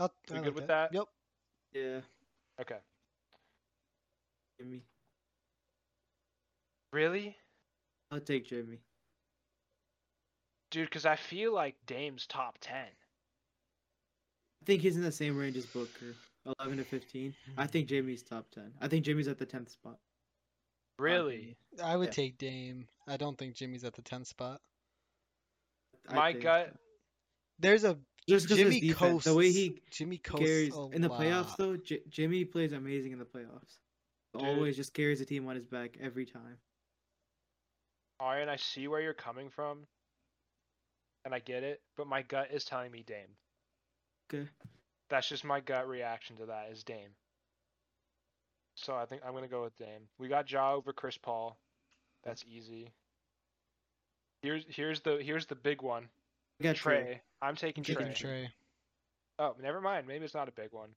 I'll, We I good like with that? Yep. Yeah, Okay. Jimmy. Really, I'll take Jimmy. dude? Because I feel like Dame's top ten. I think he's in the same range as Booker, 11 to 15. I think Jimmy's top 10. I think Jimmy's at the 10th spot. Really, I would Yeah. take Dame. I don't think Jimmy's at the 10th spot. I my think. gut. There's a Just because Jimmy his defense, the way coasts. he Jimmy coasts carries a in the lot. playoffs, though, J- Jimmy plays amazing in the playoffs. Always just carries the team on his back every time. Arian, I see where you're coming from, and I get it, but my gut is telling me Dame. Okay. That's just my gut reaction to that is Dame. So I think I'm gonna go with Dame. We got Ja over Chris Paul. That's easy. Here's here's the here's the big one. I got Trey. Trey. I'm taking I'm Trey. taking Trey. Oh, never mind. Maybe it's not a big one.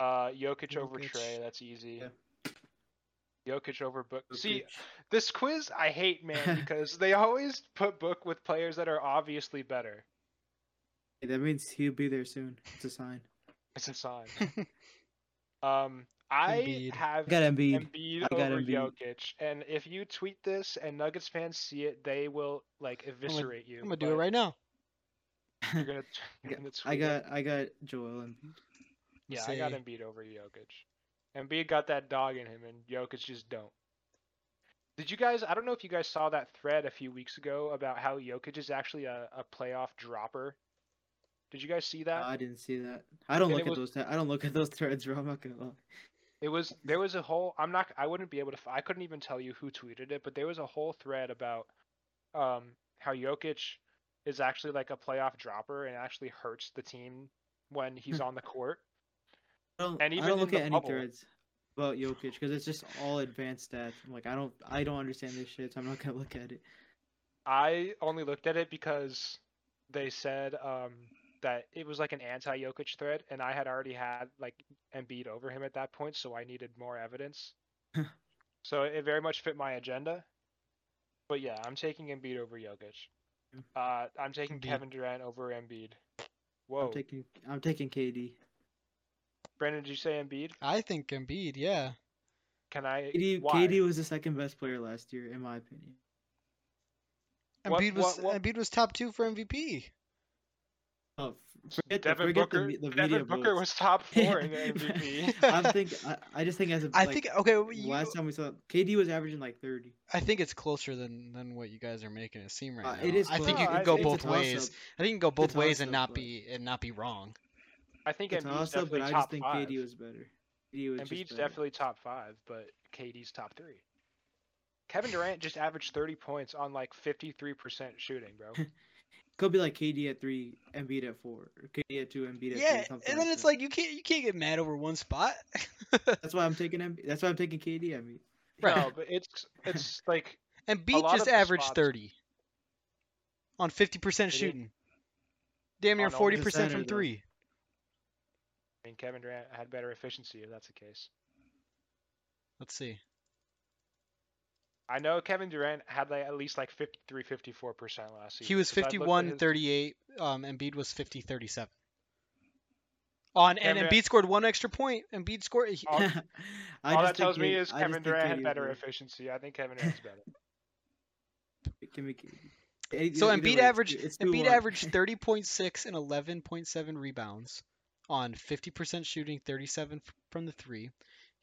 Uh, Jokic, over Jokic. Trey. That's easy. Yeah. Jokic over Book. See, Jokic. this quiz I hate, man, because they always put Book with players that are obviously better. Hey, that means he'll be there soon. It's a sign. It's a sign. um, I Embiid. have I got Embiid. Embiid I got over Embiid. Jokic, and if you tweet this and Nuggets fans see it, they will like eviscerate you. I'm gonna do but it right now. You're gonna, you're gonna I tweet it. got I got Joel and Yeah, I got say- Embiid over Jokic. Embiid got that dog in him, and Jokic just don't. Did you guys? I don't know if you guys saw that thread a few weeks ago about how Jokic is actually a, a playoff dropper. Did you guys see that? I didn't see that. I don't And look it at was- those. Th- I don't look at those threads, bro. I'm not gonna lie. It was there was a whole. I'm not. I wouldn't be able to. f- I couldn't even tell you who tweeted it, but there was a whole thread about um how Jokic is actually like a playoff dropper and actually hurts the team when he's on the court. I don't, And I even don't in look the at any bubble. threads about Jokic because it's just all advanced stats. I'm like, I don't, I don't understand this shit, so I'm not gonna look at it. I only looked at it because they said um, that it was like an anti Jokic thread, and I had already had like Embiid over him at that point, so I needed more evidence. so it very much fit my agenda. But yeah, I'm taking Embiid over Jokic. Mm. Uh, I'm taking Embiid. Kevin Durant over Embiid. Whoa, I'm taking, I'm taking KD. Brandon, did you say Embiid? I think Embiid, yeah. Can I? KD, why? KD was the second best player last year, in my opinion. What- Embiid was what- what- Embiid was top two for MVP. Oh, f- forget, the- Devin forget Booker. the, me- the media Devin Booker votes. was top four in the MVP. I'm think, I, I just think as a, I like, think okay. well, You, last time we saw KD was averaging like 30. I think it's closer than than what you guys are making it seem right Uh, now. it is. I think close. you No, can I- go it's a both toss-up. ways. I think you can go both a ways and not toss-up, but- be and not be wrong. I think It's a Embiid's toss up, definitely but I top just think five. KD was better. KD was just Embiid's better. definitely top five, but KD's top three. Kevin Durant just averaged 30 points on like 53% shooting, bro. could be like KD at three, Embiid at four, or KD at two, Embiid at Yeah, three. something and then it's that. like you can't you can't get mad over one spot. That's why I'm taking Embiid. That's why I'm taking KD. I mean, Right. No, but it's it's like Embiid lot of just the averaged spots- thirty on fifty percent It is- shooting. Damn near On only forty the percent center, from though. three. I mean Kevin Durant had better efficiency if that's the case. Let's see. I know Kevin Durant had like at least like 53 54% last season. He was 'cause I looked at 51 his- 38. Um, Embiid was 50 37. On, and Kevin- Embiid scored one extra point. Embiid scored. He, All- I All just that think tells me KD is I just Kevin think Durant KD had is better efficiency. I think Kevin Durant's better. Give me KD. Either- so either way, Embiid it's- averaged it's Embiid 2-1. averaged 30.6 and 11.7 rebounds on 50% shooting, 37 f- from the three.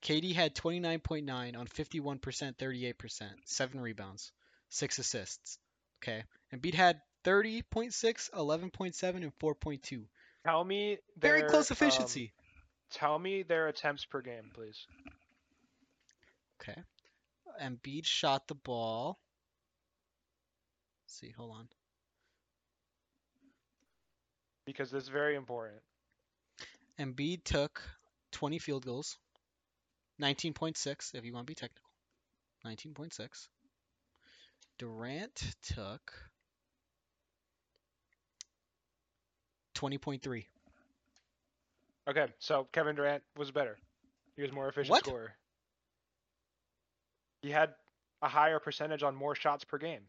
KD had 29.9 on 51%, 38%, seven rebounds, six assists. Okay, Embiid had 30.6, 11.7, and 4.2. Tell me Very their, close um, efficiency. tell me their attempts per game, please. Okay. Embiid shot the ball. Let's see, hold on. Because this is very important. Embiid took 20 field goals, 19.6 if you want to be technical, 19.6. Durant took 20.3. Okay, so Kevin Durant was better. He was more efficient What? scorer. He had a higher percentage on more shots per game.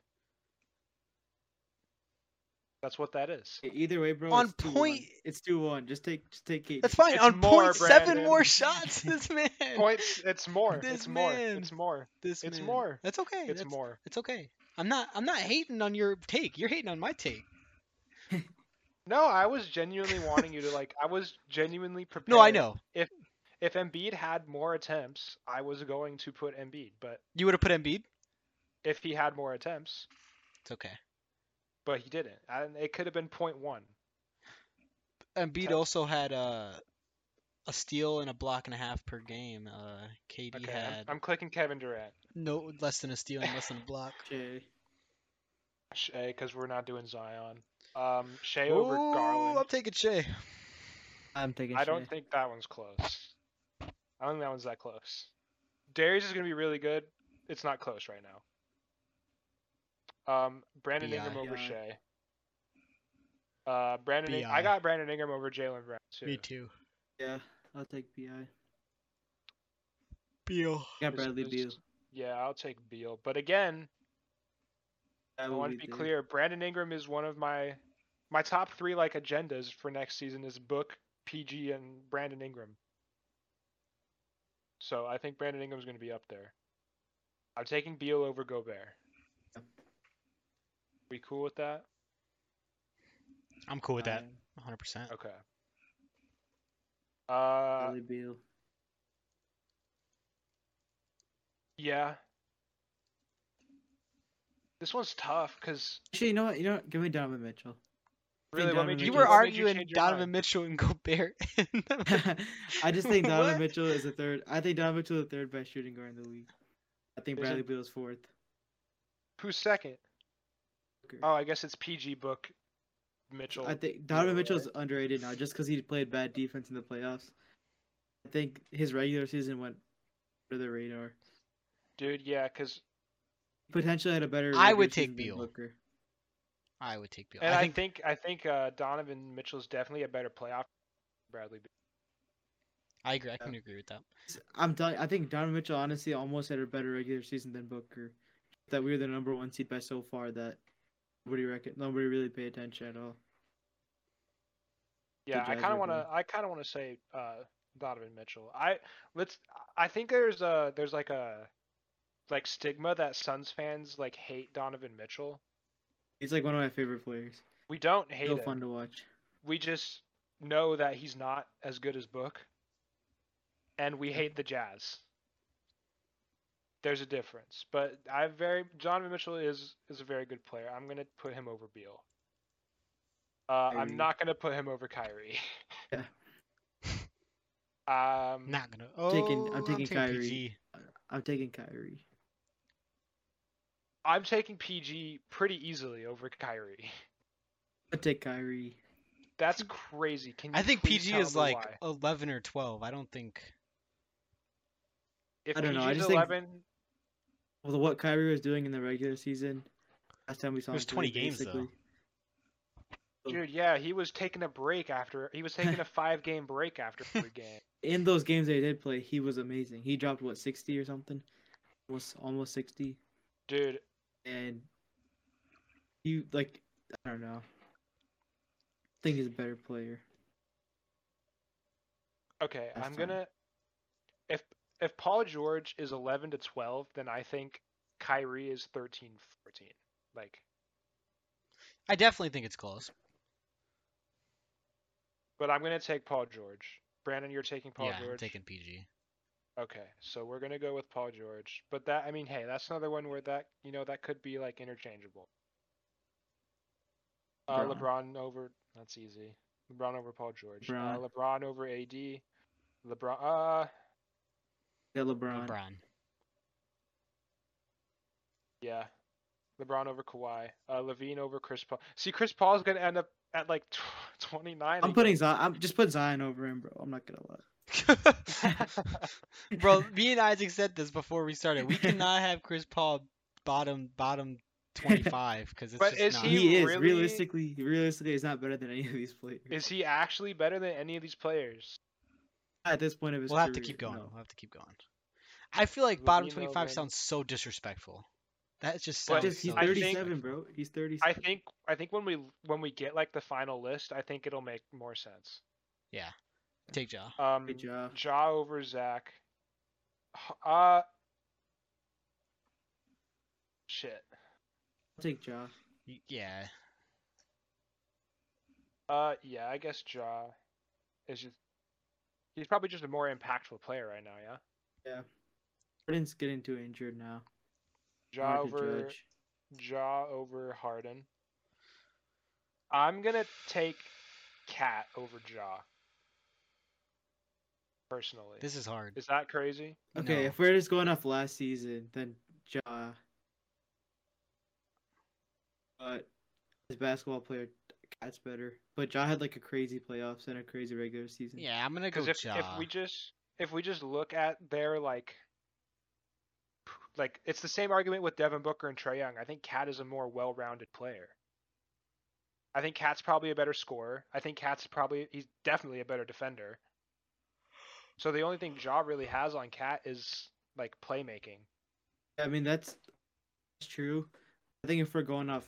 That's what that is. Either way, bro. On it's 2-1. point- It's two one. Just take, just take KD. That's fine. It's On more, point seven more Brandon. shots, this man. Points. It's more. This it's more. man. It's more. this It's man. more. That's okay. It's that's- more. It's okay. I'm not. I'm not hating on your take. You're hating on my take. No, I was genuinely wanting you to like. I was genuinely prepared. No, I know. If Embiid had more attempts, I was going to put Embiid. But You would have put Embiid. if he had more attempts, It's okay. but he didn't, and it could have been point one. Embiid Tough. also had a a steal and a block and a half per game. Uh, KD Okay, I'm- had I'm clicking Kevin Durant. no less than a steal and less than a block. Jay. Shea, because we're not doing Zion. Um, Shea over Ooh, I'm Garland. taking Shea. I'm taking. I don't Shea. think that one's close. I don't think that one's that close. Darius is gonna be really good. It's not close right now. Um, Brandon B.I. Ingram over Yeah. Shea. Uh, Brandon, Ing- B.I. I got Brandon Ingram over Jalen Brown too. Me too. Yeah, I'll take Bi. Beal. Got Is- Bradley is- Beal. Yeah, I'll take Beal. But again, That I would want to be the- clear. Brandon Ingram is one of my my top three like agendas for next season is book PG and Brandon Ingram. So I think Brandon Ingram's going to be up there. I'm taking Beal over Gobert. Yep. We cool with that? I'm cool with that. Fine. 100%. Okay. Uh, Bradley Beal. yeah. This one's tough because Actually, you know what? You know what? Give me Donovan Mitchell. really, what Donovan made you, You Mitchell. were What arguing Donovan Mitchell and Gobert. I just think Donovan What? Mitchell is the third. I think Donovan Mitchell is the third best shooting guard in the league. I think Is it- Bradley Beal is fourth. Who's second? Booker. Oh, I guess it's PG Book Mitchell. I think Donovan Beal, Mitchell is underrated now just because he played bad defense in the playoffs. I think his regular season went under the radar. Dude, yeah, because Potentially had a better. I regular would take season than Beal. Booker. I would take Beal. and I think I think, uh, Donovan Mitchell's definitely a better playoff than Bradley. Beal. I agree. I can agree with that. I'm telling. I think Donovan Mitchell honestly almost had a better regular season than Booker. That we were the number one seed by so far that nobody reckon nobody really paid attention at all. Yeah, I kind Jazz right of want to now. I kind of want to say uh, Donovan Mitchell. I let's I think there's a there's like a like stigma that Suns fans like hate Donovan Mitchell. He's like one of my favorite players. We don't hate So him. fun to watch. we just know that he's not as good as Book, and we hate the Jazz. There's a difference, but I very Donovan Mitchell is is a very good player. I'm gonna put him over Beal. Uh, Kyrie. I'm not gonna put him over Kyrie. Yeah. um, Not gonna. Oh, taking- I'm I'm taking taking Kyrie. PG. I'm taking Kyrie. I'm taking PG pretty easily over Kyrie. I'd take Kyrie. That's crazy. Can you I think please PG tell is me like why? 11 or 12. I don't think. if I don't know, I PG is just think- 11, With what Kyrie was doing in the regular season, last time we saw It him was play, 20 games, though. basically. So- Dude, yeah, he was taking a break after he was taking a five game break after every game. In those games they did play, he was amazing. He dropped what sixty or something, was almost sixty, Dude, and he like I don't know. I think he's a better player. okay, That's I'm fine. gonna if if Paul George is eleven to twelve, then I think Kyrie is 13, 14. Like I definitely think it's close. but I'm gonna take Paul George. Brandon, you're taking Paul yeah, George. I'm taking PG. Okay, so we're gonna go with Paul George. But that I mean, hey, that's another one where that you know, that could be like interchangeable. Uh, LeBron over that's easy. LeBron over Paul George. Uh, LeBron. LeBron over AD. LeBron. Uh, Yeah, LeBron. LeBron. yeah. LeBron over Kawhi. Uh, Levine over Chris Paul. See, Chris Paul's gonna end up at like tw- 29. I'm again. putting Zion. I'm just put Zion over him, bro. I'm not gonna lie. Bro, me and Isaac said this before we started. We cannot have Chris Paul bottom bottom 25 because it's But just is not. he He is really- realistically, realistically, he's not better than any of these players Is he actually better than any of these players? at this point of his. We'll have to career, keep going. no. We'll have to keep going. I feel like bottom Levine, though, 25 then. sounds so disrespectful. That just But sounds. Just, he's so I think- 37, bro. He's 37. I think I think when we when we get like the final list, I think it'll make more sense. Take Ja. Um, Good job. Ja over Zach. H- Uh, shit. I'll take Ja. Y- Yeah. Uh, yeah, I guess Ja is just. He's probably just a more impactful player right now, yeah? Harden's getting too injured now. Ja Hard to over, judge. ja over Harden. I'm going to take Cat over Ja. Personally. This is hard. Is that crazy? Okay, No. if we're just going off last season, then Ja. But as a basketball player, Cat's better. But Ja had like a crazy playoffs and a crazy regular season. Yeah, I'm gonna go Because if, Ja. if we just if we just look at their like like it's the same argument with Devin Booker and Trey Young. I think Cat is a more well-rounded player. I think Cat's probably a better scorer. I think Cat's probably he's definitely a better defender. So the only thing Ja really has on Cat is like playmaking. I mean, that's, that's true. I think if we're going off,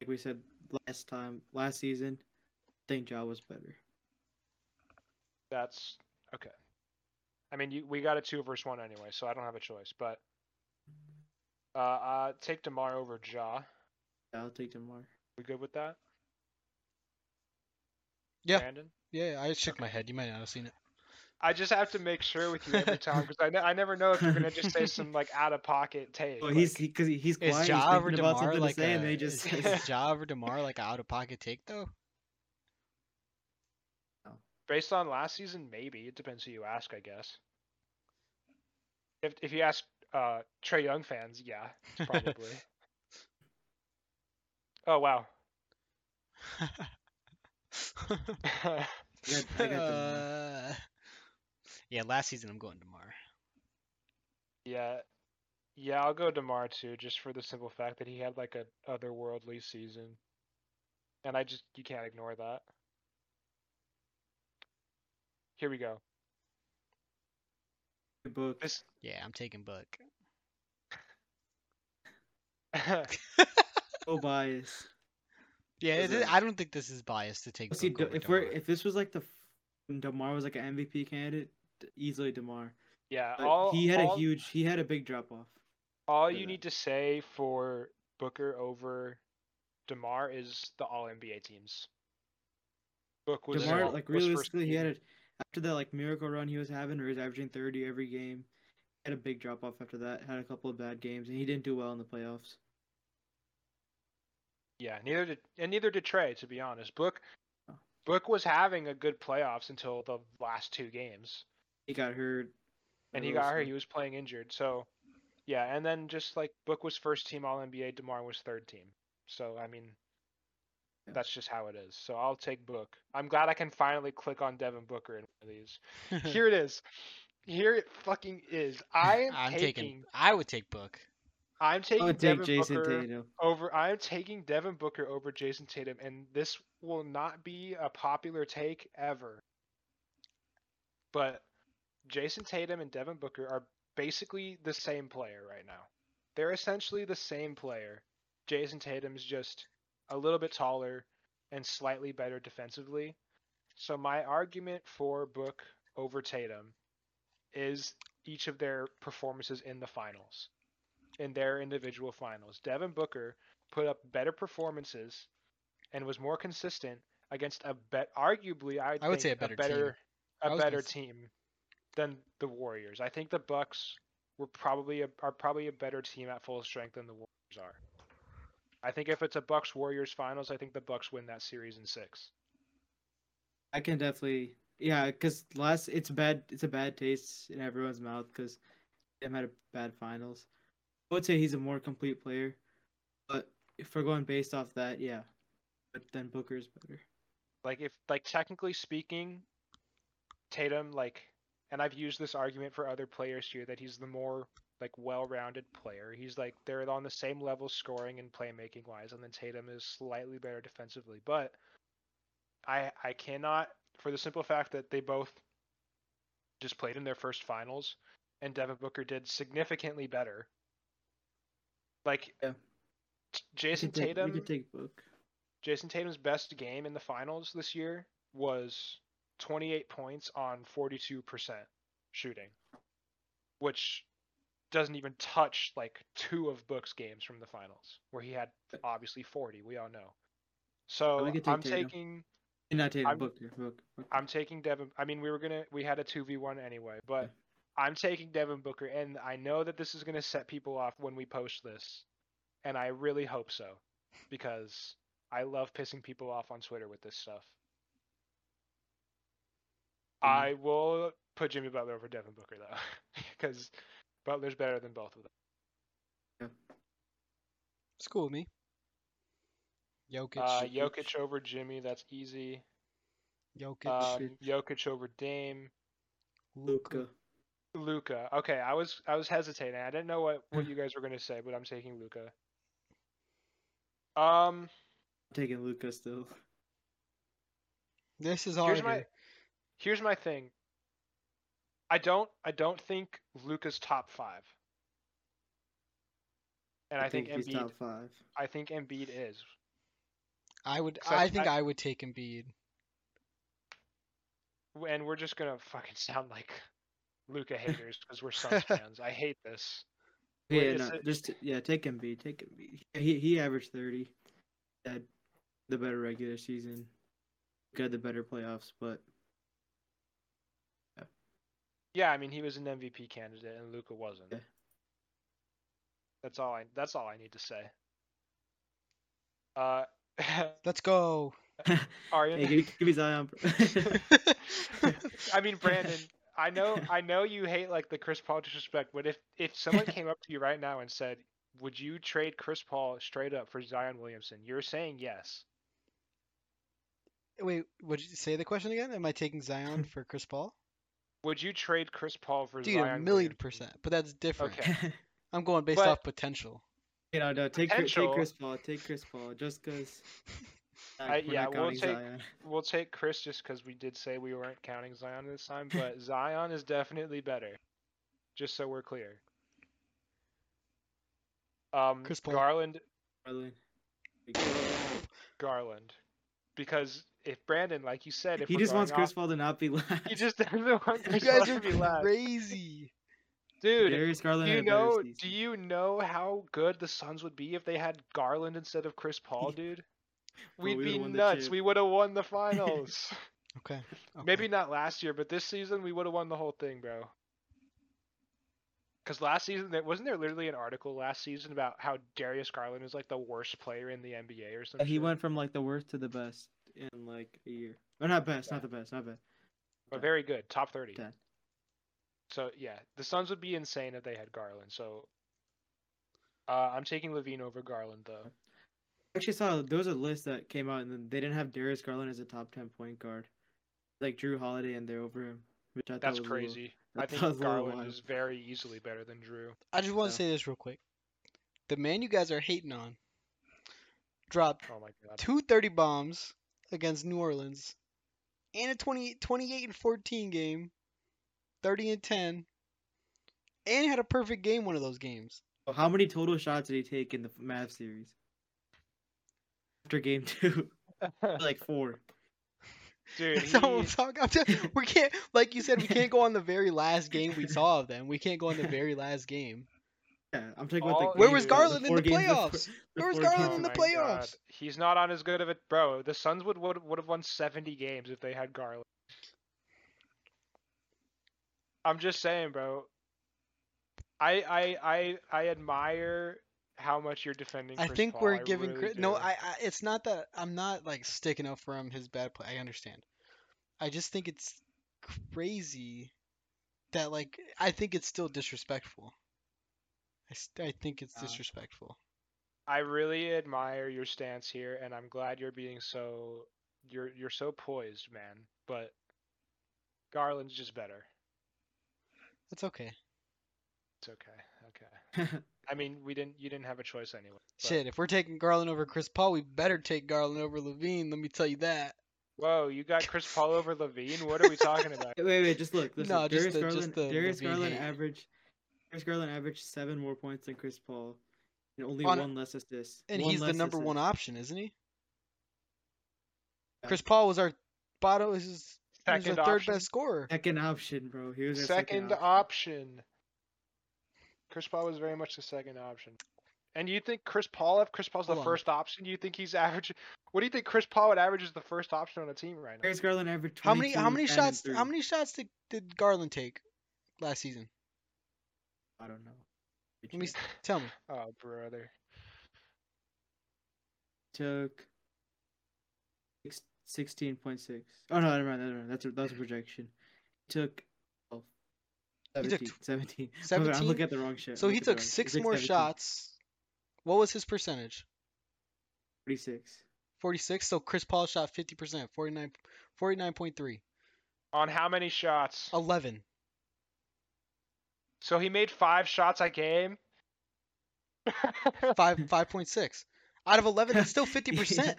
like we said last time, last season, I think Ja was better. That's okay. I mean, you, we got a two versus one anyway, so I don't have a choice. But uh, uh take Demar over Ja. Yeah, I'll take Demar. We good with that? Yeah. Brandon, Yeah, I shook my head. You might not have seen it. I just have to make sure with you every time because I, ne- I never know if you're gonna just say some like out of pocket take. Oh, like- he's because he's quiet. Is He's Ja over thinking about Demar something like to say, a, and they just is, is Ja over Demar like out of pocket take though? based on last season, maybe it depends who you ask, I guess. If if you ask uh, Trey Young fans, yeah, probably. oh wow. I got Demar. Uh, yeah, last season I'm going Demar. yeah, yeah, I'll go Demar too, just for the simple fact that he had like a otherworldly season, and I just you can't ignore that. Here we go. Good book. This Yeah, I'm taking Book. No bias. Yeah, Is it is- it- I don't think this is biased to take. See, Book De- over if we're Demar. if this was like the f- when Demar was like an MVP candidate, d- easily Demar. yeah, But all he had all- a huge, he had a big drop off. All for you that. need to say for Booker over Demar is the All NBA teams. Book was Demar, all- like was first realistically, he team. had a after that like miracle run he was having, where he was averaging thirty every game. Had a big drop off after that. Had a couple of bad games, and he didn't do well in the playoffs. yeah. Neither did and neither did Trey. To be honest, Book Oh. Book was having a good playoffs until the last two games, He got hurt. and he Everyone got hurt. was- He was playing injured, so yeah. And then just like Book was first team All NBA, Demar was third team. So I mean, Yeah. that's just how it is. So I'll take Book. I'm glad I can finally click on Devin Booker in one of these. Here it is. Here it fucking is. I am I'm taking, I would take Book. I'm I taking would take Devin Jason Booker Tatum. over I'm taking Devin Booker over Jason Tatum and this will not be a popular take ever. But Jason Tatum and Devin Booker are basically the same player right now. They're essentially the same player. Jason Tatum's just a little bit taller and slightly better defensively. So my argument for Book over Tatum is each of their performances in the finals, in their individual finals. Devin Booker put up better performances and was more consistent against a bet arguably I, I would think say a better team. better I a was gonna better s- team than the Warriors. I think the Bucks were probably a, are probably a better team at full strength than the Warriors are. I think if it's a Bucks Warriors finals, I think the Bucks win that series in six. I can definitely, yeah, because last it's bad. It's a bad taste in everyone's mouth because Tatum had a bad finals. I would say he's a more complete player, but if we're going based off that, yeah, but then Booker's better. Like if like technically speaking, Tatum like and I've used this argument for other players here that he's the more like well-rounded player. He's like they're on the same level scoring and playmaking wise, and then Tatum is slightly better defensively. But I I cannot for the simple fact that they both just played in their first finals, and Devin Booker did significantly better. Like Yeah. J- We Jason could take- Tatum. We could take Book. Jason Tatum's best game in the finals this year was 28 points on 42% shooting, which doesn't even touch like two of Book's games from the finals, where he had obviously 40. We all know. So we could take I'm Tatum. taking eh, Not Tatum. I'm- Booker. Book. Book. I'm taking Devin. I mean, we were gonna we had a two v one anyway, but I'm taking Devin Booker, and I know that this is gonna set people off when we post this, and I really hope so, because I love pissing people off on Twitter with this stuff. I will put Jimmy Butler over Devin Booker though, because Butler's better than both of them. It's cool with me. Jokic. Uh, Jokic over Jimmy, that's easy. Jokic. Uh, Um, Jokic over Dame. Luca. Luca. Okay, I was I was hesitating. I didn't know what, what you guys were gonna say, but I'm taking Luca. Um, taking Luca still. This is Here's harder. my- here's my thing. I don't I don't think Luca's top five. And I, think, he's Embiid. top five. I think Embiid is. I would. 'Cause I- I think I- I, would take Embiid. and we're just gonna fucking sound like Luca haters because we're Suns fans. I hate this. Wait, Yeah, is no, it- just yeah, take Embiid, take Embiid. He he averaged thirty. Had the better regular season, got the better playoffs, but Yeah, I mean he was an MVP candidate and Luca wasn't. Yeah. That's all I. That's all I need to say. Uh, Let's go. Aryan. hey, give, give me Zion. bro. I mean Brandon. I know. I know you hate like the Chris Paul disrespect, but if if someone came up to you right now and said, "Would you trade Chris Paul straight up for Zion Williamson?" You're saying yes. Wait, would you say the question again? Am I taking Zion for Chris Paul? Would you trade Chris Paul for Dude, Zion? a million Williamson? percent. But that's different. Okay. I'm going based But- off potential. you know, no, take Chris- take Potential. Chris Paul, take Chris Paul, just because. I- Uh, yeah, we'll take- We'll take Chris just because we did say we weren't counting Zion this time, but Zion is definitely better. Just so we're clear. Um, Chris Paul. Garland, He Garland, because if Brandon, like you said, if we're just going wants Chris off- Paul to not be last. he just doesn't want You Chris Paul guys to are be last. crazy. Dude, Darius Garland. do you had a better know? season. Do you know how good the Suns would be if they had Garland instead of Chris Paul, dude? Bro, We'd we would've be won the nuts. chip. We would have won the finals. Okay. okay. Maybe not last year, but this season we would have won the whole thing, bro. Because last season, there wasn't there literally an article last season about how Darius Garland is like the worst player in the NBA or Uh, something? He went from like the worst to the best in like a year. Or not best, Yeah. not the best, not best. but very good, top thirty. Ten. So yeah, the Suns would be insane if they had Garland. So uh, I'm taking Levine over Garland though. Actually, saw there was a list that came out and then they didn't have Darius Garland as a top ten point guard, like Drew Holiday and they're over him, which I thought That's was a little- crazy. I I thought it was think a little Garland wild. is very easily better than Drew. I just want Yeah. to say this real quick. The man you guys are hating on dropped Oh my god. two thirty bombs against New Orleans and a 20, 28 and 14 game, 30 and 10, and had a perfect game one of those games. Well, How many total shots did he take in the Mavs series? After game two, like four. Dude, That's not what he- I'm talking- I'm just- we can't, like you said, we can't go on the very last game we saw of them. We can't go on the very last game. Yeah, I'm talking All about the Where game- was the Garland in four the games before- playoffs? the Where was four Garland games in the before- my God. playoffs. He's not on as good of a bro. The Suns would would would have won seventy games if they had Garland. I'm just saying, bro. I I I I admire how much you're defending. I Chris think Paul. we're giving really Chris. No, do. I, I. It's not that I'm not like sticking up for him his bad play. I understand. I just think it's crazy that like I think it's still disrespectful. I, st- I think it's Uh, disrespectful. I really admire your stance here, and I'm glad you're being so you're you're so poised, man. But Garland's just better. It's okay. It's okay. Okay. I mean, we didn't you didn't have a choice anyway. but- Shit, if we're taking Garland over Chris Paul, we better take Garland over Levine. Let me tell you that. Whoa, you got Chris Paul over Levine? What are we talking about? Wait, wait, just look. Listen, No, just Darius the- just Garland, the Darius Levine Garland hate. averaged. Darius Garland averaged seven more points than Chris Paul, and only On- one less assist. And one he's the less number one assist. option, isn't he? Yeah. Chris Paul was our bottom. Is his, he was Second our third option. best scorer. Second option, bro. He was our second. Second option. option. Chris Paul was very much the second option. And you think Chris Paul, if Chris Paul's the Hold on. first option, you think he's average? What do you think Chris Paul would average as the first option on a team right now? Darius Garland averaged. How many how 22, many 10, and shots three. how many shots did, did Garland take last season? I don't know. Let me s- tell me. Oh, brother. took six- 16.6. Oh, no, never mind. Never mind. That's a, Mm. that's a projection. He took oh, He 17. took 17. My bad, I'm 17? looking at the wrong shit. So I'm he looking at took the wrong shit. six He took more 17, shots. What was his percentage? 46. 46. So Chris Paul shot 50%, 49 49.3. Oh. On how many shots? 11. So he made five shots a game. Five five point six out of eleven. That's still fifty percent.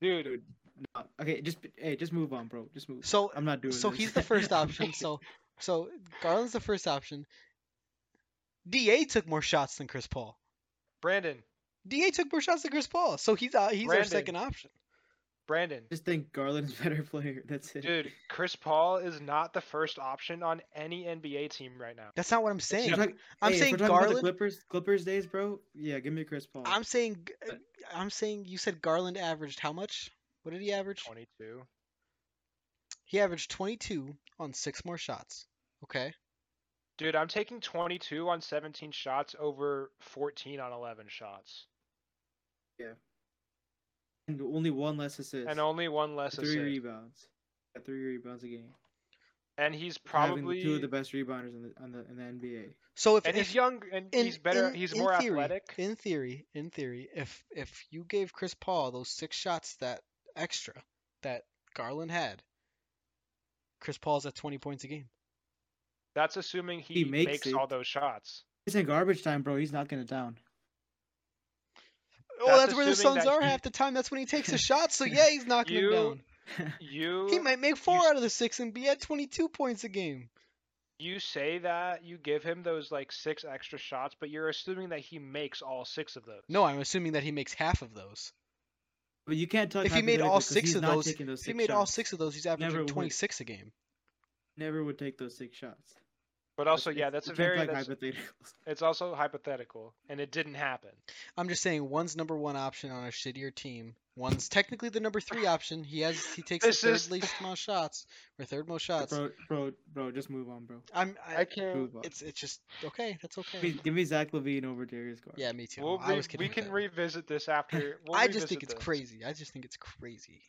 Dude, No. Okay, just hey, just move on, bro. Just move. So I'm not doing. so this. he's the first option. So so Garland's the first option. Da took more shots than Chris Paul. Brandon, Da took more shots than Chris Paul. So he's uh, he's our Brandon. second option. Brandon, just think Garland's a better player. That's it. dude, Chris Paul is not the first option on any NBA team right now. That's not what I'm If saying. we're talk- I'm hey, if saying we're talking about the Garland- Clippers, Clippers days, bro. Yeah, give me Chris Paul. I'm saying I'm saying you said Garland averaged how much? What did he average? Twenty-two. He averaged 22 on six more shots. Okay. Dude, I'm taking 22 on 17 shots over 14 on 11 shots, And only one less assist. and only one less three assist. rebounds. Got three rebounds a game. and he's Having probably two of the best rebounders in the on the in the NBA. So if, and if he's young and in- he's better. in- he's in more theory- athletic. in theory, in theory, if if you gave Chris Paul those six shots that extra that Garland had, Chris Paul's at 20 points a game. That's assuming he, He makes makes, it. all those shots. It's in garbage time, bro. He's not gonna down. Oh, That's that's, where the assuming Suns that are he- half the time. That's when he takes his shots. So yeah, he's knocking You- them You down. He might make four s- out of the six and be at 22 points a game. you say that you give him those like six extra shots, but you're assuming that he makes all six of those. No, I'm assuming that he makes half of those. But you can't talk. If he made all hypothetically 'cause six he's of not those- taking those If he six made all shots. six of those, he's averaging Never would. 26 a game. never would take those six shots. But also, It's- yeah, it's- that's a we can't very talk that's, hypotheticals. it's also hypothetical, and it didn't happen. I'm just saying one's number one option on a shittier team. One's technically the number three option. He has he takes This the third is- least amount of shots or third most shots. Bro, bro, bro, just move on, bro. I'm I, I can't. Move on. it's it's just okay. That's Give me, okay. give me Zach Levine over Darius Garland. Yeah, me too. We'll I re- was kidding. we with can that. revisit this after. We'll I just think revisit it's this. crazy. I just think it's crazy.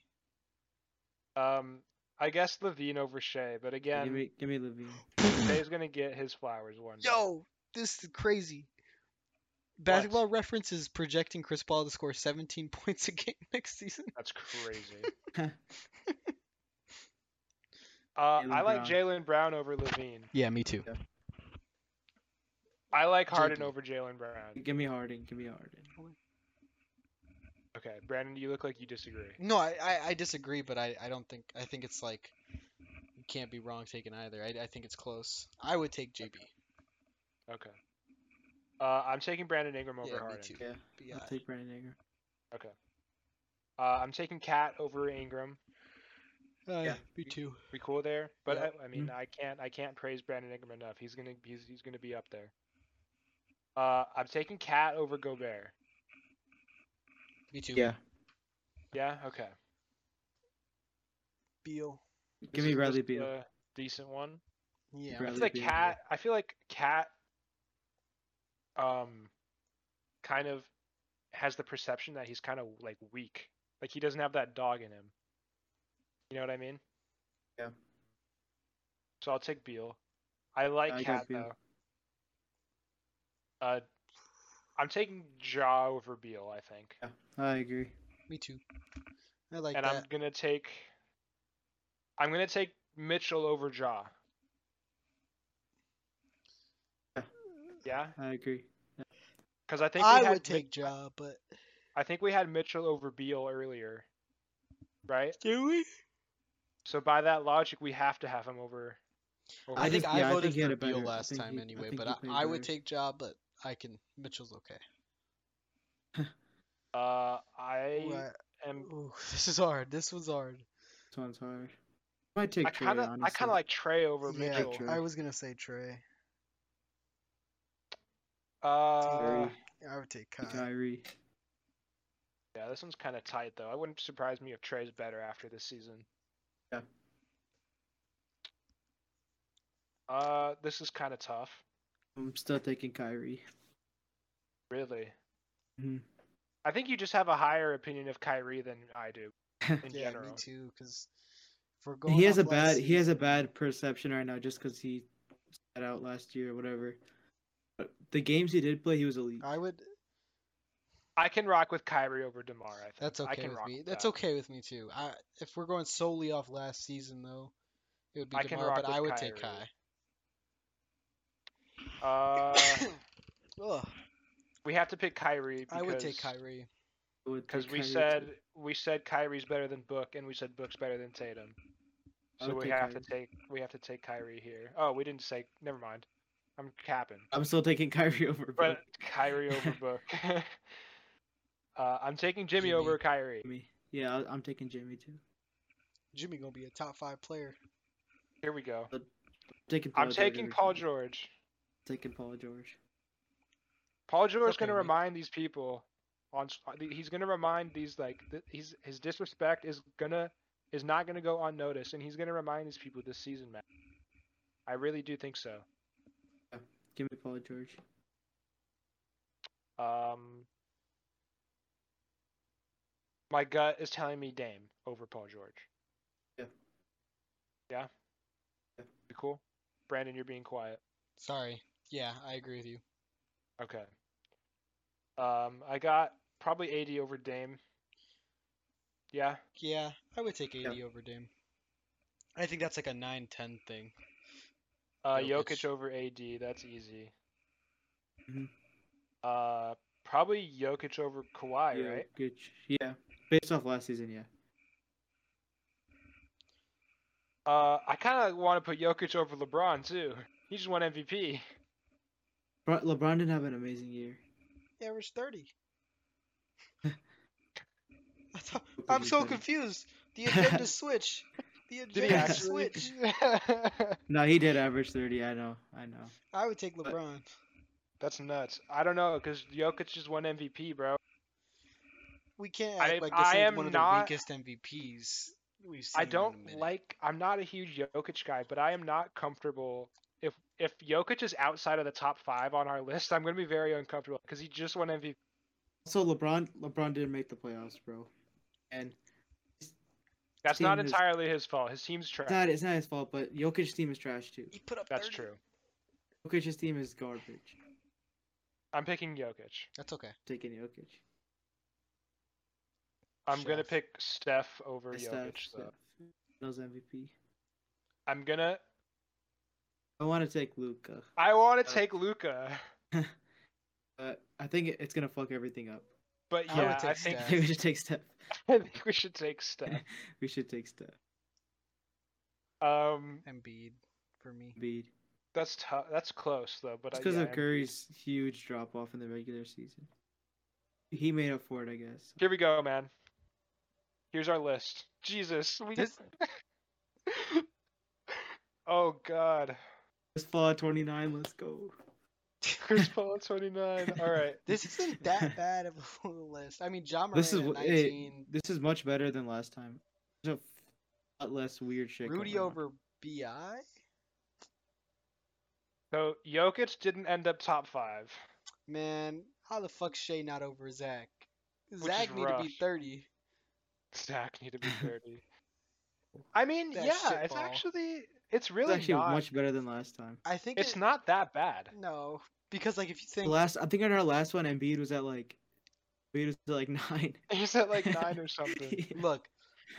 Um, I guess Levine over Shea, but Yeah, again, give me, give me Levine. Shea's gonna get his flowers one day. Yo, this is crazy. Basketball Reference is projecting Chris Paul to score 17 points a game next season. that's crazy. uh, I like Jalen Brown over Levine. Yeah, me too. I like Harden JB. over Jalen Brown. Give me Harden. Give me Harden. Okay, Brandon, you look like you disagree. No, I, I, I disagree, but I, I don't think I think it's like you can't be wrong taking either. I, I think it's close. I would take JB. Okay. Uh, I'm taking Brandon Ingram over Yeah, me Harden. too. Yeah, But I'll yeah, take Brandon Ingram. Uh, I'm taking Cat over Ingram. yeah, yeah. Uh, me too. We cool there? But uh, Yep. I, I mean, I can't I can't praise Brandon Ingram enough. He's gonna he's, he's gonna be up there. Uh, I'm taking Cat over Gobert. Me too. Yeah. Yeah. Okay. Beal. Give This me is Bradley just Beal. a decent one. Yeah. I Bradley feel like Beal, Cat. I feel like Cat. Um, kind of has the perception that he's kind of like weak. Like he doesn't have that dog in him. You know what I mean? Yeah. So I'll take Beal. I like I got Cat though. Beal. Uh, I'm taking Jaw over Beal. I think, Yeah, I agree. Me too. I like and that. I'm gonna take. I'm gonna take Mitchell over Jaw. Yeah. Yeah. I agree. Because I think we I, had would Mi- take Ja, but I think we had Mitchell over Beal earlier, right? do we? So by that logic, we have to have him over. over I, I think just- I yeah, I think voted he had for a Beal better- I last think time he- I anyway, think but he I, played I would better. take Ja, but I can Mitchell's okay. uh, I Well, am. Ooh, this is hard. This one's hard. This one's hard. I might take I kind of I kind of like Trey over Yeah, Mitchell. Trey. I was gonna say Trey. Uh, Kyrie. I would take Kai. Kyrie. yeah, this one's kind of tight though. I wouldn't surprise me if Trey's better after this season. Yeah. Uh, this is kind of tough, I'm still taking Kyrie. really. Mhm. I think you just have a higher opinion of Kyrie than I do, in yeah, general. me too. Because we're going. He has a off last bad he has a season- bad perception right now just because he sat out last year or whatever. But the games he did play, he was Uh, elite. I would. I can rock with Kyrie over Demar. I think That's I okay can with rock me. with That's that. okay with me too. I if we're going solely off last season though, it would be I can Demar, rock but I with would take Kyrie. Kai. Uh, Ugh, we have to pick Kyrie. Because, I would take Kyrie. because we said we said Kyrie's better than Book, and we said Book's better than Tatum. I So would we take have to Kyrie. take we have to take Kyrie here. Oh, we didn't say. Never mind. I'm capping. I'm still taking Kyrie over. But But Kyrie over Book. uh, I'm taking Jimmy, Jimmy. over Kyrie. me. Yeah, I- I'm taking Jimmy too. Jimmy gonna be a top five player. Here we go. Taking. Paul I'm taking George. Paul George. Taking Paul George. Paul George is going to Okay, Nick. remind these people on s- he's going to remind these like th- he's his disrespect is going to is not going to go unnoticed and he's going to remind these people this season, man. I really do think so. Give me Paul George. Um my gut is telling me Dame over Paul George. Yeah. Yeah. Yeah. You cool? Brandon, you're being quiet. Sorry. Yeah, I agree with you. Okay. Um I got probably 80 over Dame. Yeah. Yeah, I would take 80 Yeah. over Dame. I think that's like a 9-10 thing. Uh, Jokic. Jokic. over AD, that's easy. Mhm. Uh, probably Jokic over Kawhi, yeah, right? Good. Yeah. Based off last season, yeah. Uh, I kind of want to put Jokic over LeBron too. He just won MVP. Bro- LeBron didn't have an amazing year. He averaged 30. I thought- Hope I'm he's so better. confused. The agenda switch. The Did he agenda actually? switch. No, he did average 30. I know. I know. I would take But- LeBron. that's nuts. I don't know because Jokic just won MVP, bro. We can't I- act like this I ain't am one of not- the weakest MVPs we've seen. I in a don't minute. like. I'm not a huge Jokic guy, but I am not comfortable. If if Jokic is outside of the top five on our list, I'm gonna be very uncomfortable because he just won MVP. So LeBron, LeBron didn't make the playoffs, bro. And That's not Team is- entirely his fault. His team's trash. it's not, it's not his fault, but Jokic's team is trash too. He put up That's 30. true. Jokic's team is garbage. I'm picking Jokic. That's okay. Taking Jokic. I'm gonna Steph. pick Steph over Best Jokic. of- though. yeah. Finals MVP. I'm gonna. I want to take Luca, I want Uh, to take Luca, but I think it- it's gonna fuck everything up. but I would yeah, I, take think Steph. Maybe we should take Steph. I think we should take Steph. we should take Steph. Um, Embiid for me. Bead. that's tough. That's close though. But It's I because yeah, of I'm- Curry's huge drop off in the regular season. He made up for it, I guess. Here we go, man. Here's our list. Jesus, we This- just. oh God, Chris Paul at 29. Let's go. Chris Paul at 29. All right, This isn't that bad of a list. I mean, John Moran This at is wh- hey, 19. This is much better than last time. There's a lot less weird shit. Rudy going on. over Bi. so Jokic didn't end up top five. Man, how the fuck's Shea not over Zach? is Zach need to be rough. 30. Zach need to be 30. I mean, That yeah, it's shitball. actually it's It's really actually not. much better than last time. I think It's it- not that bad. No, because like if you The think last, I think on our last one, Embiid was at like, Embiid was at like nine. He's at like nine or something. look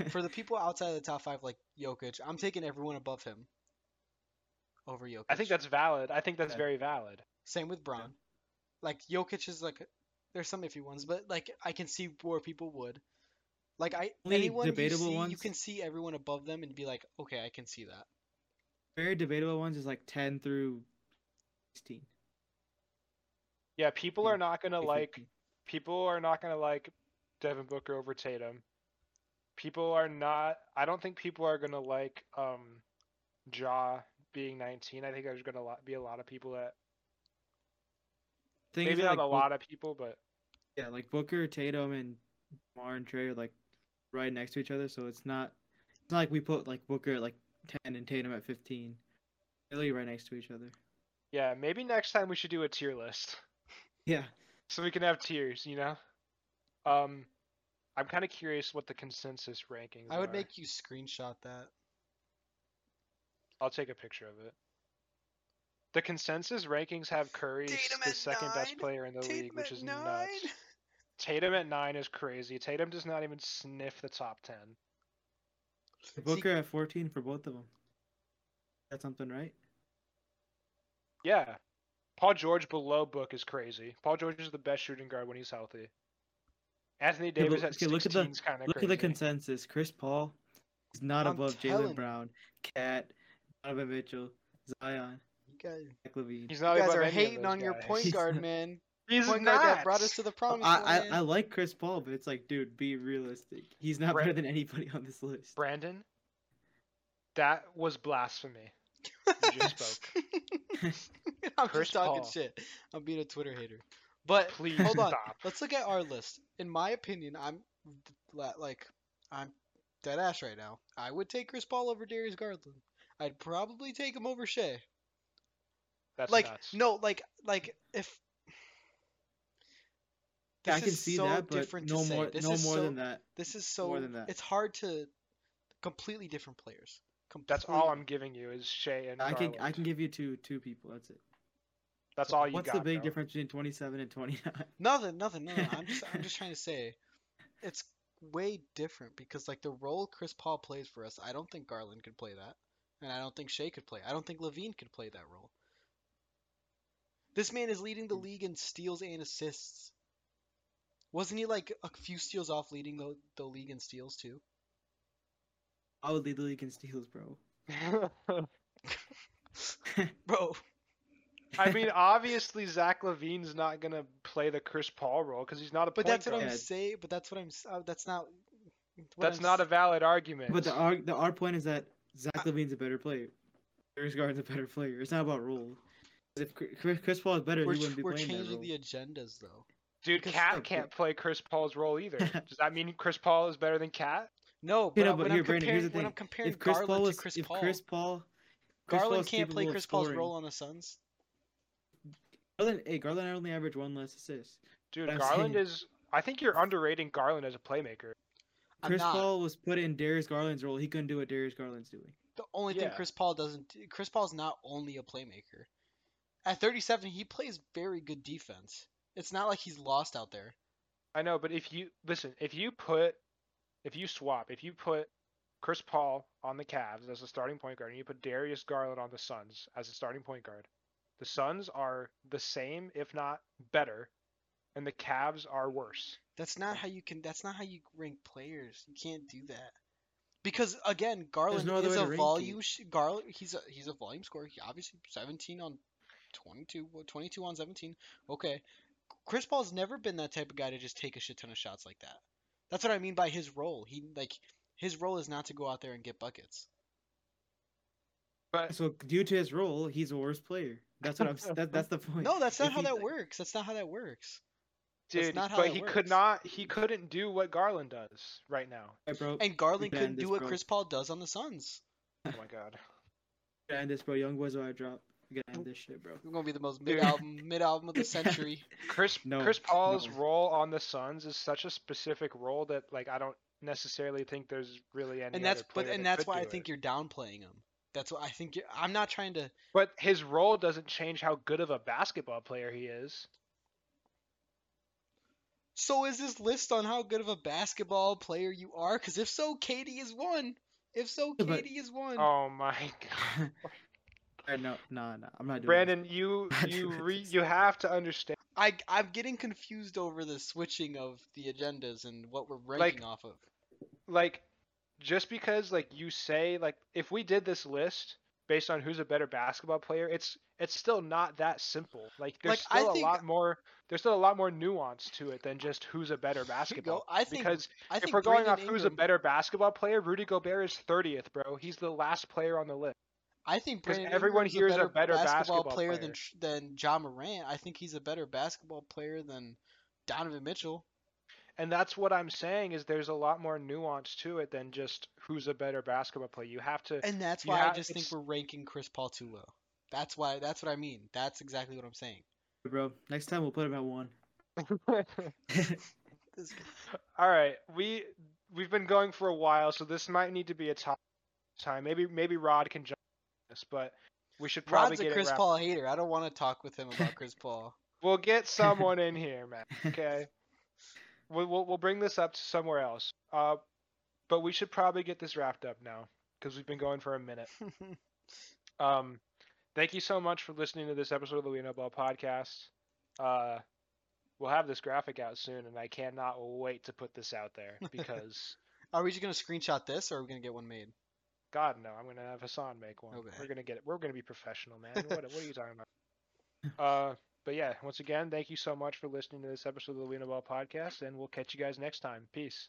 for the people outside of the top five, like Jokic, I'm taking everyone above him over Jokic. I think that's valid. I think that's Yeah. very valid. same with Braun. Like Jokic is like there's some iffy ones, but like I can see where people would. Like I Only anyone debatable you see, you ones? can see everyone above them and be like, okay, I can see that. Very debatable ones is like ten through sixteen. Yeah, people Yeah. are not gonna if you like. can- People are not gonna like Devin Booker over Tatum. People are not. I don't think people are gonna like um, Ja being 19. I think there's gonna lo- be a lot of people that thing is maybe that, not like, a Book- lot of people, but Yeah, like Booker, Tatum, and Mar and Trey are like right next to each other, so it's not. It's not like we put like Booker at like ten and Tatum at fifteen. They're literally right next to each other. yeah, maybe next time we should do a tier list Yeah. so we can have tiers. You know. Um, I'm kind of curious what the consensus rankings. I would are. make you screenshot that. I'll take a picture of it. The consensus rankings have Curry s- Tatum the at second best nine, player in the league, Tatum which at is nine. nuts. Tatum at nine is crazy. Tatum does not even sniff the top ten. Booker at fourteen for both of them. That's something, right? Yeah, Paul George below book is crazy. Paul George is the best shooting guard when he's healthy. Anthony Yeah, Davis but- at 16 okay, look at the- is kind of Look crazy. at the consensus. Chris Paul is not I'm above telling you. Jalen Brown, Cat, Donovan Mitchell, Zion, You guys, Zach Levine. he's you not guys above are any of hating those on your guys. point He's guard, not. man. He's point not. guard that brought us to the I, promised I, land. I like Chris Paul, but it's like, dude, be realistic. He's not Brett- better than anybody on this list. Brandon, that was blasphemy. You just spoke. I'm Chris just talking Paul. shit. I'm being a Twitter hater. But Please hold on. stop. Let's look at our list. In my opinion, I'm la- like I'm dead ass right now. I would take Chris Paul over Darius Garland. I'd probably take him over Shea. That's like nuts. no, like like if Yeah, I This can is see so that, but different to no say. more, This no more is than so- that. this is so More than that. it's hard to completely different players. That's all Completely. I'm giving you is Shea and I can, I Garland. can give you two, two people. That's it. That's all you What's got. the big bro. difference between 27 and 29? Nothing, nothing, no. no, I'm just, I'm just trying to say, it's way different because like the role Chris Paul plays for us, I don't think Garland could play that, and I don't think Shea could play. I don't think Levine could play that role. This man is leading the league in steals and assists. Wasn't he like a few steals off leading the, the league in steals too? I would lead the league in steals, bro. Bro, I mean, obviously Zach Levine's not gonna play the Chris Paul role because he's not a but point that's what I'm guard. guard. saying. But that's what I'm. s- Uh, that's not. what That's I'm not a s- valid argument. But the our, the our point is that Zach Levine's a better player. Darius Garland's a better player. It's not about role. 'Cause If Chri- Chris, Chris Paul is better, We're, he wouldn't ch- be we're playing that changing role. the agendas though. Dude, Because- Cat can't play Chris Paul's role either. Does that mean Chris Paul is better than Cat? No, but, know, I- but when, here, I'm Brandon, here's comparing, the when thing. I'm comparing if Chris Garland Paul to was, Chris if Paul, Chris Paul, Chris Garland Paul's can't play capable of Chris Paul's scoring. role on the Suns. Garland, hey, Garland only averaged one less assist. Dude, I'm Garland saying- is. I think you're underrating Garland as a playmaker. I'm Chris not. Paul was put in Darius Garland's role. He couldn't do what Darius Garland's doing. The only thing Yeah. Chris Paul doesn't do- Chris Paul's not only a playmaker. At 37, he plays very good defense. It's not like he's lost out there. I know, but if you listen, if you put, if you swap, if you put Chris Paul on the Cavs as a starting point guard, and you put Darius Garland on the Suns as a starting point guard, the Suns are the same, if not better, and the Cavs are worse. That's not how you can. That's not how you rank players. You can't do that. Because again, Garland no other is way to a rank volume. it. Sh- Garland, he's a he's a volume scorer. He obviously 17 on 22, well, 22 on 17. Okay, Chris Paul's never been that type of guy to just take a shit ton of shots like that. That's what I mean by his role. He like his role is not to go out there and get buckets. But So due to his role, he's a worse player. That's what I'm. s- That, that's the point. No, that's not If how he- that works. That's not how that works. That's dude, not how but it he works. could not, he couldn't do what Garland does right now. Hey, bro, And Garland Ben, couldn't this do what bro- Chris Paul does on the Suns. Oh my god. Gotta end this, bro. Young boys, are I drop. We gotta end this shit, bro. We're gonna be the most mid album mid album of the century. Chris No, Chris Paul's no. role on the Suns is such a specific role that like I don't necessarily think there's really any. and that's other but player and that that's could why do I it. think you're downplaying him. That's what I think. You're, I'm not trying to. But his role doesn't change how good of a basketball player he is. So is this list on how good of a basketball player you are? Because if so, Katie is one. If so, Yeah, but- Katie is one. Oh my god. All right, no, no, no. I'm not doing. Brandon, you I you do re, this. you have to understand. I I'm getting confused over the switching of the agendas and what we're ranking off of. Like just because like you say like if we did this list based on who's a better basketball player, it's it's still not that simple. Like there's Like, I still a think- lot more there's still a lot more nuance to it than just who's a better Here you go. basketball. I think because I think if we're going Brandon off who's a Ingram- better basketball player, Rudy Gobert is 30th, bro. He's the last player on the list. I think 'Cause Brandon everyone Ingram's here is a better, basketball, basketball player, player. than Tr- than John Morant. I think he's a better basketball player than Donovan Mitchell. And that's what I'm saying is there's a lot more nuance to it than just who's a better basketball player. You have to And that's You why I have- just think it's- we're ranking Chris Paul too low. That's why. That's what I mean. That's exactly what I'm saying. It, bro, next time we'll put him at one. This guy- All right, we we've been going for a while, so this might need to be a top time. Maybe maybe Rod can jump on this, but we should probably Rod's get a it Chris wrapped- Paul hater. I don't want to talk with him about Chris Paul. We'll get someone in here, man. Okay, we'll, we'll we'll bring this up to somewhere else. Uh, but we should probably get this wrapped up now because we've been going for a minute. Um, Thank you so much for listening to this episode of the We Know Ball podcast. Uh, we'll have this graphic out soon, and I cannot wait to put this out there because Are we just gonna screenshot this, or are we gonna get one made? God no, I'm gonna have Hassan make one. Okay. We're gonna get it. We're gonna be professional, man. What, what are you talking about? Uh, but yeah, once again, thank you so much for listening to this episode of the We Know Ball podcast, and we'll catch you guys next time. Peace.